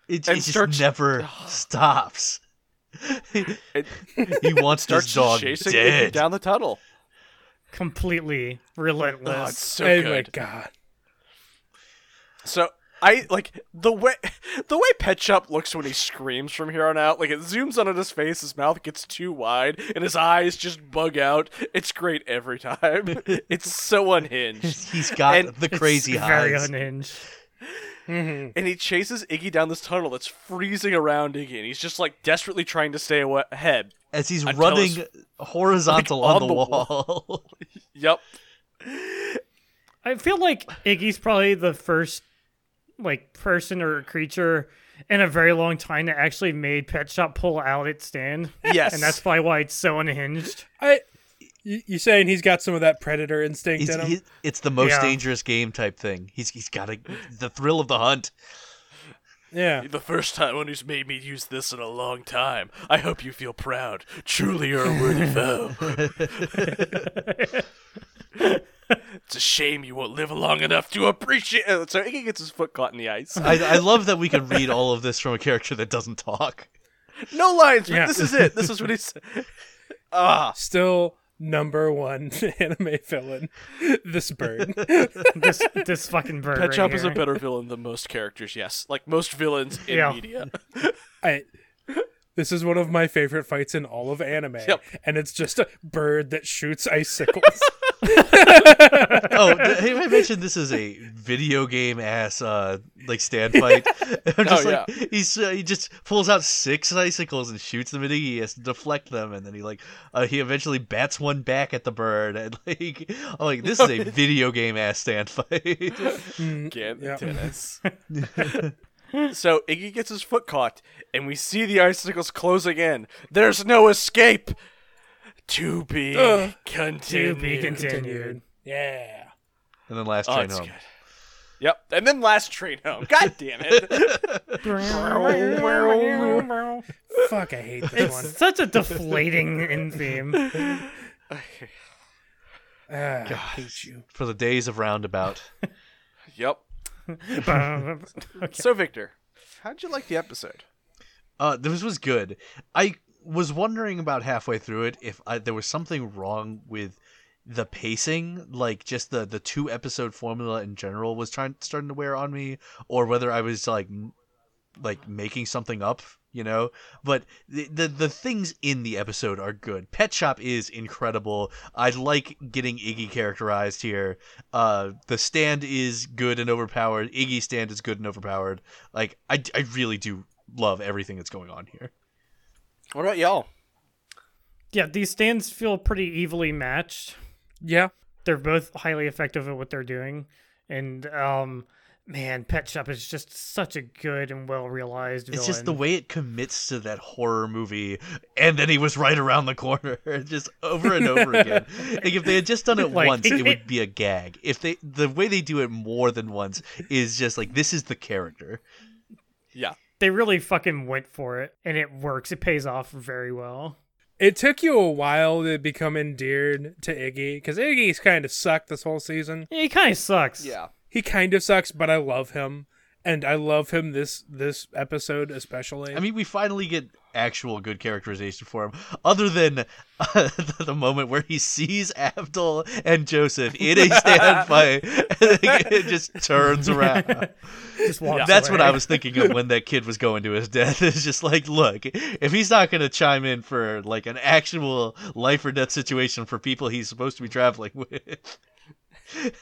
D: It,
A: And
D: it just
A: starts-
D: never stops.
A: It
D: He wants
A: starts
D: this dog
A: chasing Iggy
D: dead.
A: down the tunnel.
B: Completely
A: Oh, it's
B: relentless.
A: so
C: oh my
A: good.
C: god.
A: So I like the way the way Pet Shop looks when he screams from here on out. Like it zooms on his face, his mouth gets too wide, and his eyes just bug out. It's great every time. it's so unhinged.
D: He's got
A: And
D: the crazy
B: Very
D: eyes.
B: unhinged.
A: and he chases Iggy down this tunnel that's freezing around Iggy, and he's just like desperately trying to stay awa- ahead.
D: As he's
A: Until
D: running
A: it's,
D: horizontal
A: like,
D: on,
A: on
D: the
A: the
D: wall.
A: Yep.
B: I feel like Iggy's probably the first like person or creature in a very long time that actually made Pet Shop pull out its stand.
A: Yes.
B: And that's probably why it's so unhinged.
C: I. You, you saying he's got some of that predator instinct
D: He's-
C: in him?
D: he- it's the most
B: Yeah.
D: dangerous game type thing. He's he's got a, the thrill of the hunt.
C: yeah.
A: the first time one who's made me use this in a long time. I hope you feel proud. Truly, you're a worthy foe. it's a shame you won't live long enough to appreciate. uh, So Iggy gets his foot caught in the ice.
D: I, I love that we can read all of this from a character that doesn't talk.
A: No lines. but
C: Yeah.
A: This is it. This is what he's. Ah,
C: Still number one anime villain. This bird.
B: This this fucking bird.
A: Pet
B: right
A: Shop is a
B: here.
A: better villain than most characters. Yes, like most villains in
B: Yeah.
A: media.
C: I this is one of my favorite fights in all of anime.
A: Yep.
C: And it's just a bird that shoots icicles.
D: Oh, th- hey, I mentioned this is a video game ass uh like stand fight. I'm just
A: Oh,
D: like he's uh, he just pulls out six icicles and shoots them at Iggy. He has to deflect them, and then he like uh, he eventually bats one back at the bird. And like I'm like this is a video game ass stand fight.
A: Again,
C: Yeah.
A: tennis. so Iggy gets his foot caught, and we see the icicles closing in. There's no escape. To be
C: Ugh.
B: To
A: continued.
B: be continued.
C: Yeah.
D: And then last
A: Oh,
D: train
A: it's
D: home.
A: good. Yep, and then last train home. God damn it!
C: Fuck, I hate this one.
B: It's such a deflating end theme.
C: Ah, I hate you.
D: For the days of roundabout.
A: yep.
B: Okay.
A: So Victor, how'd you like the episode?
D: Uh, this was good. I was wondering about halfway through it if I, there was something wrong with the pacing, like just the the two episode formula in general was trying starting to wear on me, or whether I was like m- like making something up, you know. But the, the the things in the episode are good. Pet Shop is incredible. I like getting Iggy characterized here. Uh, the stand is good and overpowered. Iggy stand is good and overpowered. Like I I really do love everything that's going on here.
A: What about y'all?
B: Yeah, these stands feel pretty evenly matched.
C: Yeah.
B: They're both highly effective at what they're doing. And um man, Pet Shop is just such a good and well realized villain.
D: It's just the way it commits to that horror movie, and then he was right around the corner, just over and over again. Like if they had just done it
B: Like,
D: once,
B: it-
D: it would be a gag. If they the way they do it more than once is just like this is the character.
A: Yeah.
B: they really fucking went for it and it works. It pays off very well.
C: It took you a while to become endeared to Iggy because Iggy's kind of sucked this whole season.
B: Yeah, He kind of sucks.
A: Yeah.
C: He kind of sucks, but I love him, and I love him this this episode especially.
D: I mean, we finally get actual good characterization for him, other than uh, the moment where he sees Abdul and Joseph in a standby, and it just turns around.
B: Just walks
D: That's what
B: away.
D: I was thinking of when that kid was going to his death. It's just like, look, if he's not going to chime in for like an actual life or death situation for people he's supposed to be traveling with,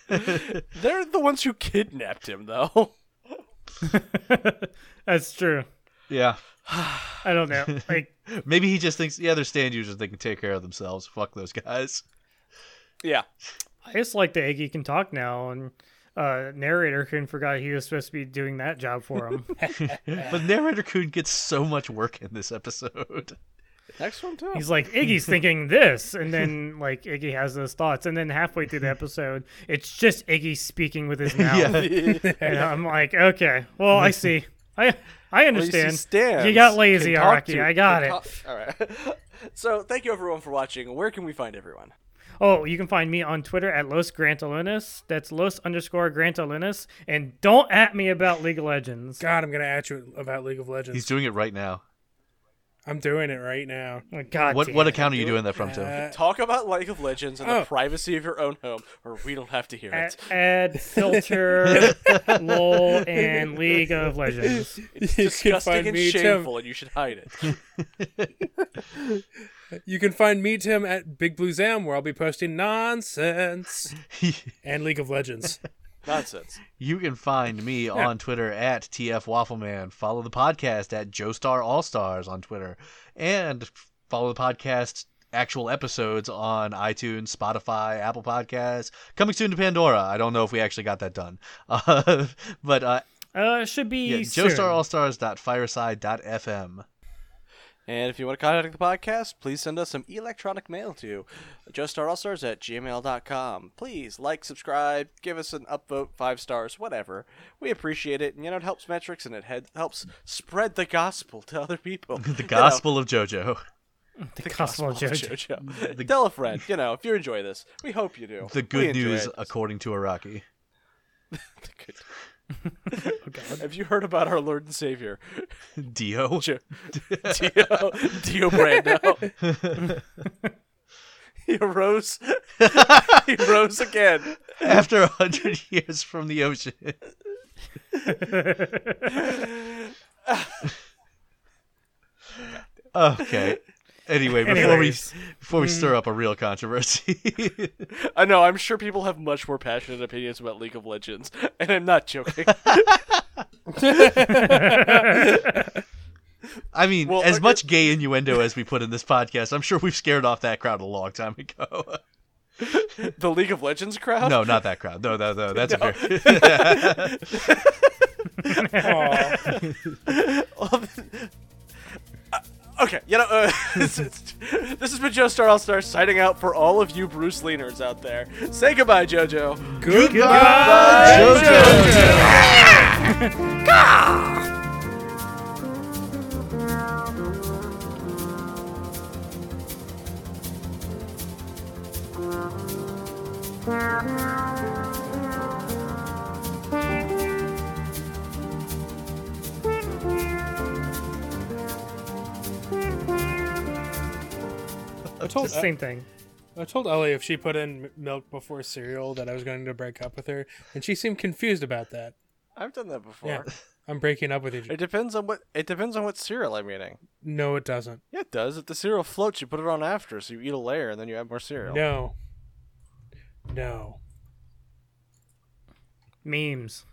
A: They're the ones who kidnapped him, though.
B: That's true.
D: yeah,
B: I don't know. Like
D: maybe he just thinks the other stand users they can take care of themselves. Fuck those guys.
A: Yeah.
B: I just like that Iggy can talk now, and uh, narrator can forgot he was supposed to be doing that job for him.
D: But narrator Coon gets so much work in this episode.
A: Next one too.
B: He's like Iggy's thinking this, and then like Iggy has those thoughts, and then halfway through the episode, it's just Iggy speaking with his mouth, and I'm like, okay, well, I see, I I understand.
A: Stan.
B: you got lazy, Araki. I got it.
A: All right. so thank you everyone for watching. Where can we find everyone?
B: Oh, you can find me on Twitter at Los Grantalunas. That's Los underscore Grantalunas. And don't at me about League of Legends.
C: God, I'm gonna at you about League of Legends.
D: He's doing it right now.
C: I'm doing it right now.
B: Oh, God
D: What
B: damn
D: what
B: it.
D: account are you doing that from, Tim?
A: Talk about League of Legends in
C: Oh.
A: the privacy of your own home, or we don't have to hear
B: Ad,
A: it.
B: ad filter, lol, and League of Legends.
A: It's
C: You can
A: disgusting
C: find
A: and
C: me, Tim.
A: shameful, and you should hide it.
C: You can find me, Tim, at Big Blue Zam, where I'll be posting nonsense and League of Legends.
A: Nonsense.
D: You can find me on Twitter at TF Waffleman. Follow the podcast at Joestar All Stars on Twitter. And follow the podcast actual episodes on iTunes, Spotify, Apple Podcasts. Coming soon to Pandora. I don't know if we actually got that done. Uh, but uh,
B: Uh, should be
D: yeah,
B: soon.
D: joestarallstars.fireside.fm.
A: And if you want to contact the podcast, please send us some electronic mail to joestarallstars at gmail.com. Please like, subscribe, give us an upvote, five stars, whatever. We appreciate it, and you know, it helps metrics and it head- helps spread the gospel to other people.
D: The Gospel of JoJo.
B: the Gospel of JoJo.
A: JoJo. Tell a friend, you know, if you enjoy this, we hope you do.
D: The
A: We
D: good
A: enjoy
D: news,
A: it.
D: according to Iraqi.
A: The good- Have you heard about our Lord and Savior,
D: Dio.
A: Jo- Dio, Dio Brando? he rose. he rose again.
D: After a hundred years from the ocean. okay. Anyway, before we
B: Anyways.
D: before we stir up a real controversy,
A: I know. I'm sure people have much more passionate opinions about League of Legends, and I'm not joking.
D: I mean,
A: Well,
D: as
A: okay.
D: much gay innuendo as we put in this podcast, I'm sure we've scared off that crowd a long time ago.
A: the League of Legends crowd.
D: no, not that crowd. No, no, no. That's a very
C: Aw.
A: I- Okay, you know, uh, this is- this has been Joe Star All Star signing out for all of you Bruce Leaners out there. Say goodbye, JoJo.
C: Goodbye,
D: Jojo.
C: I told, I,
B: Same thing.
C: I told Ellie if she put in m- milk before cereal that I was going to break up with her, and she seemed confused about that.
A: I've done that before.
C: Yeah, I'm breaking up with you.
A: It depends on what it depends on what cereal I'm eating.
C: No, it doesn't.
A: Yeah, it does. If the cereal floats, you put it on after, so you eat a layer and then you add more cereal.
C: No. No.
B: Memes.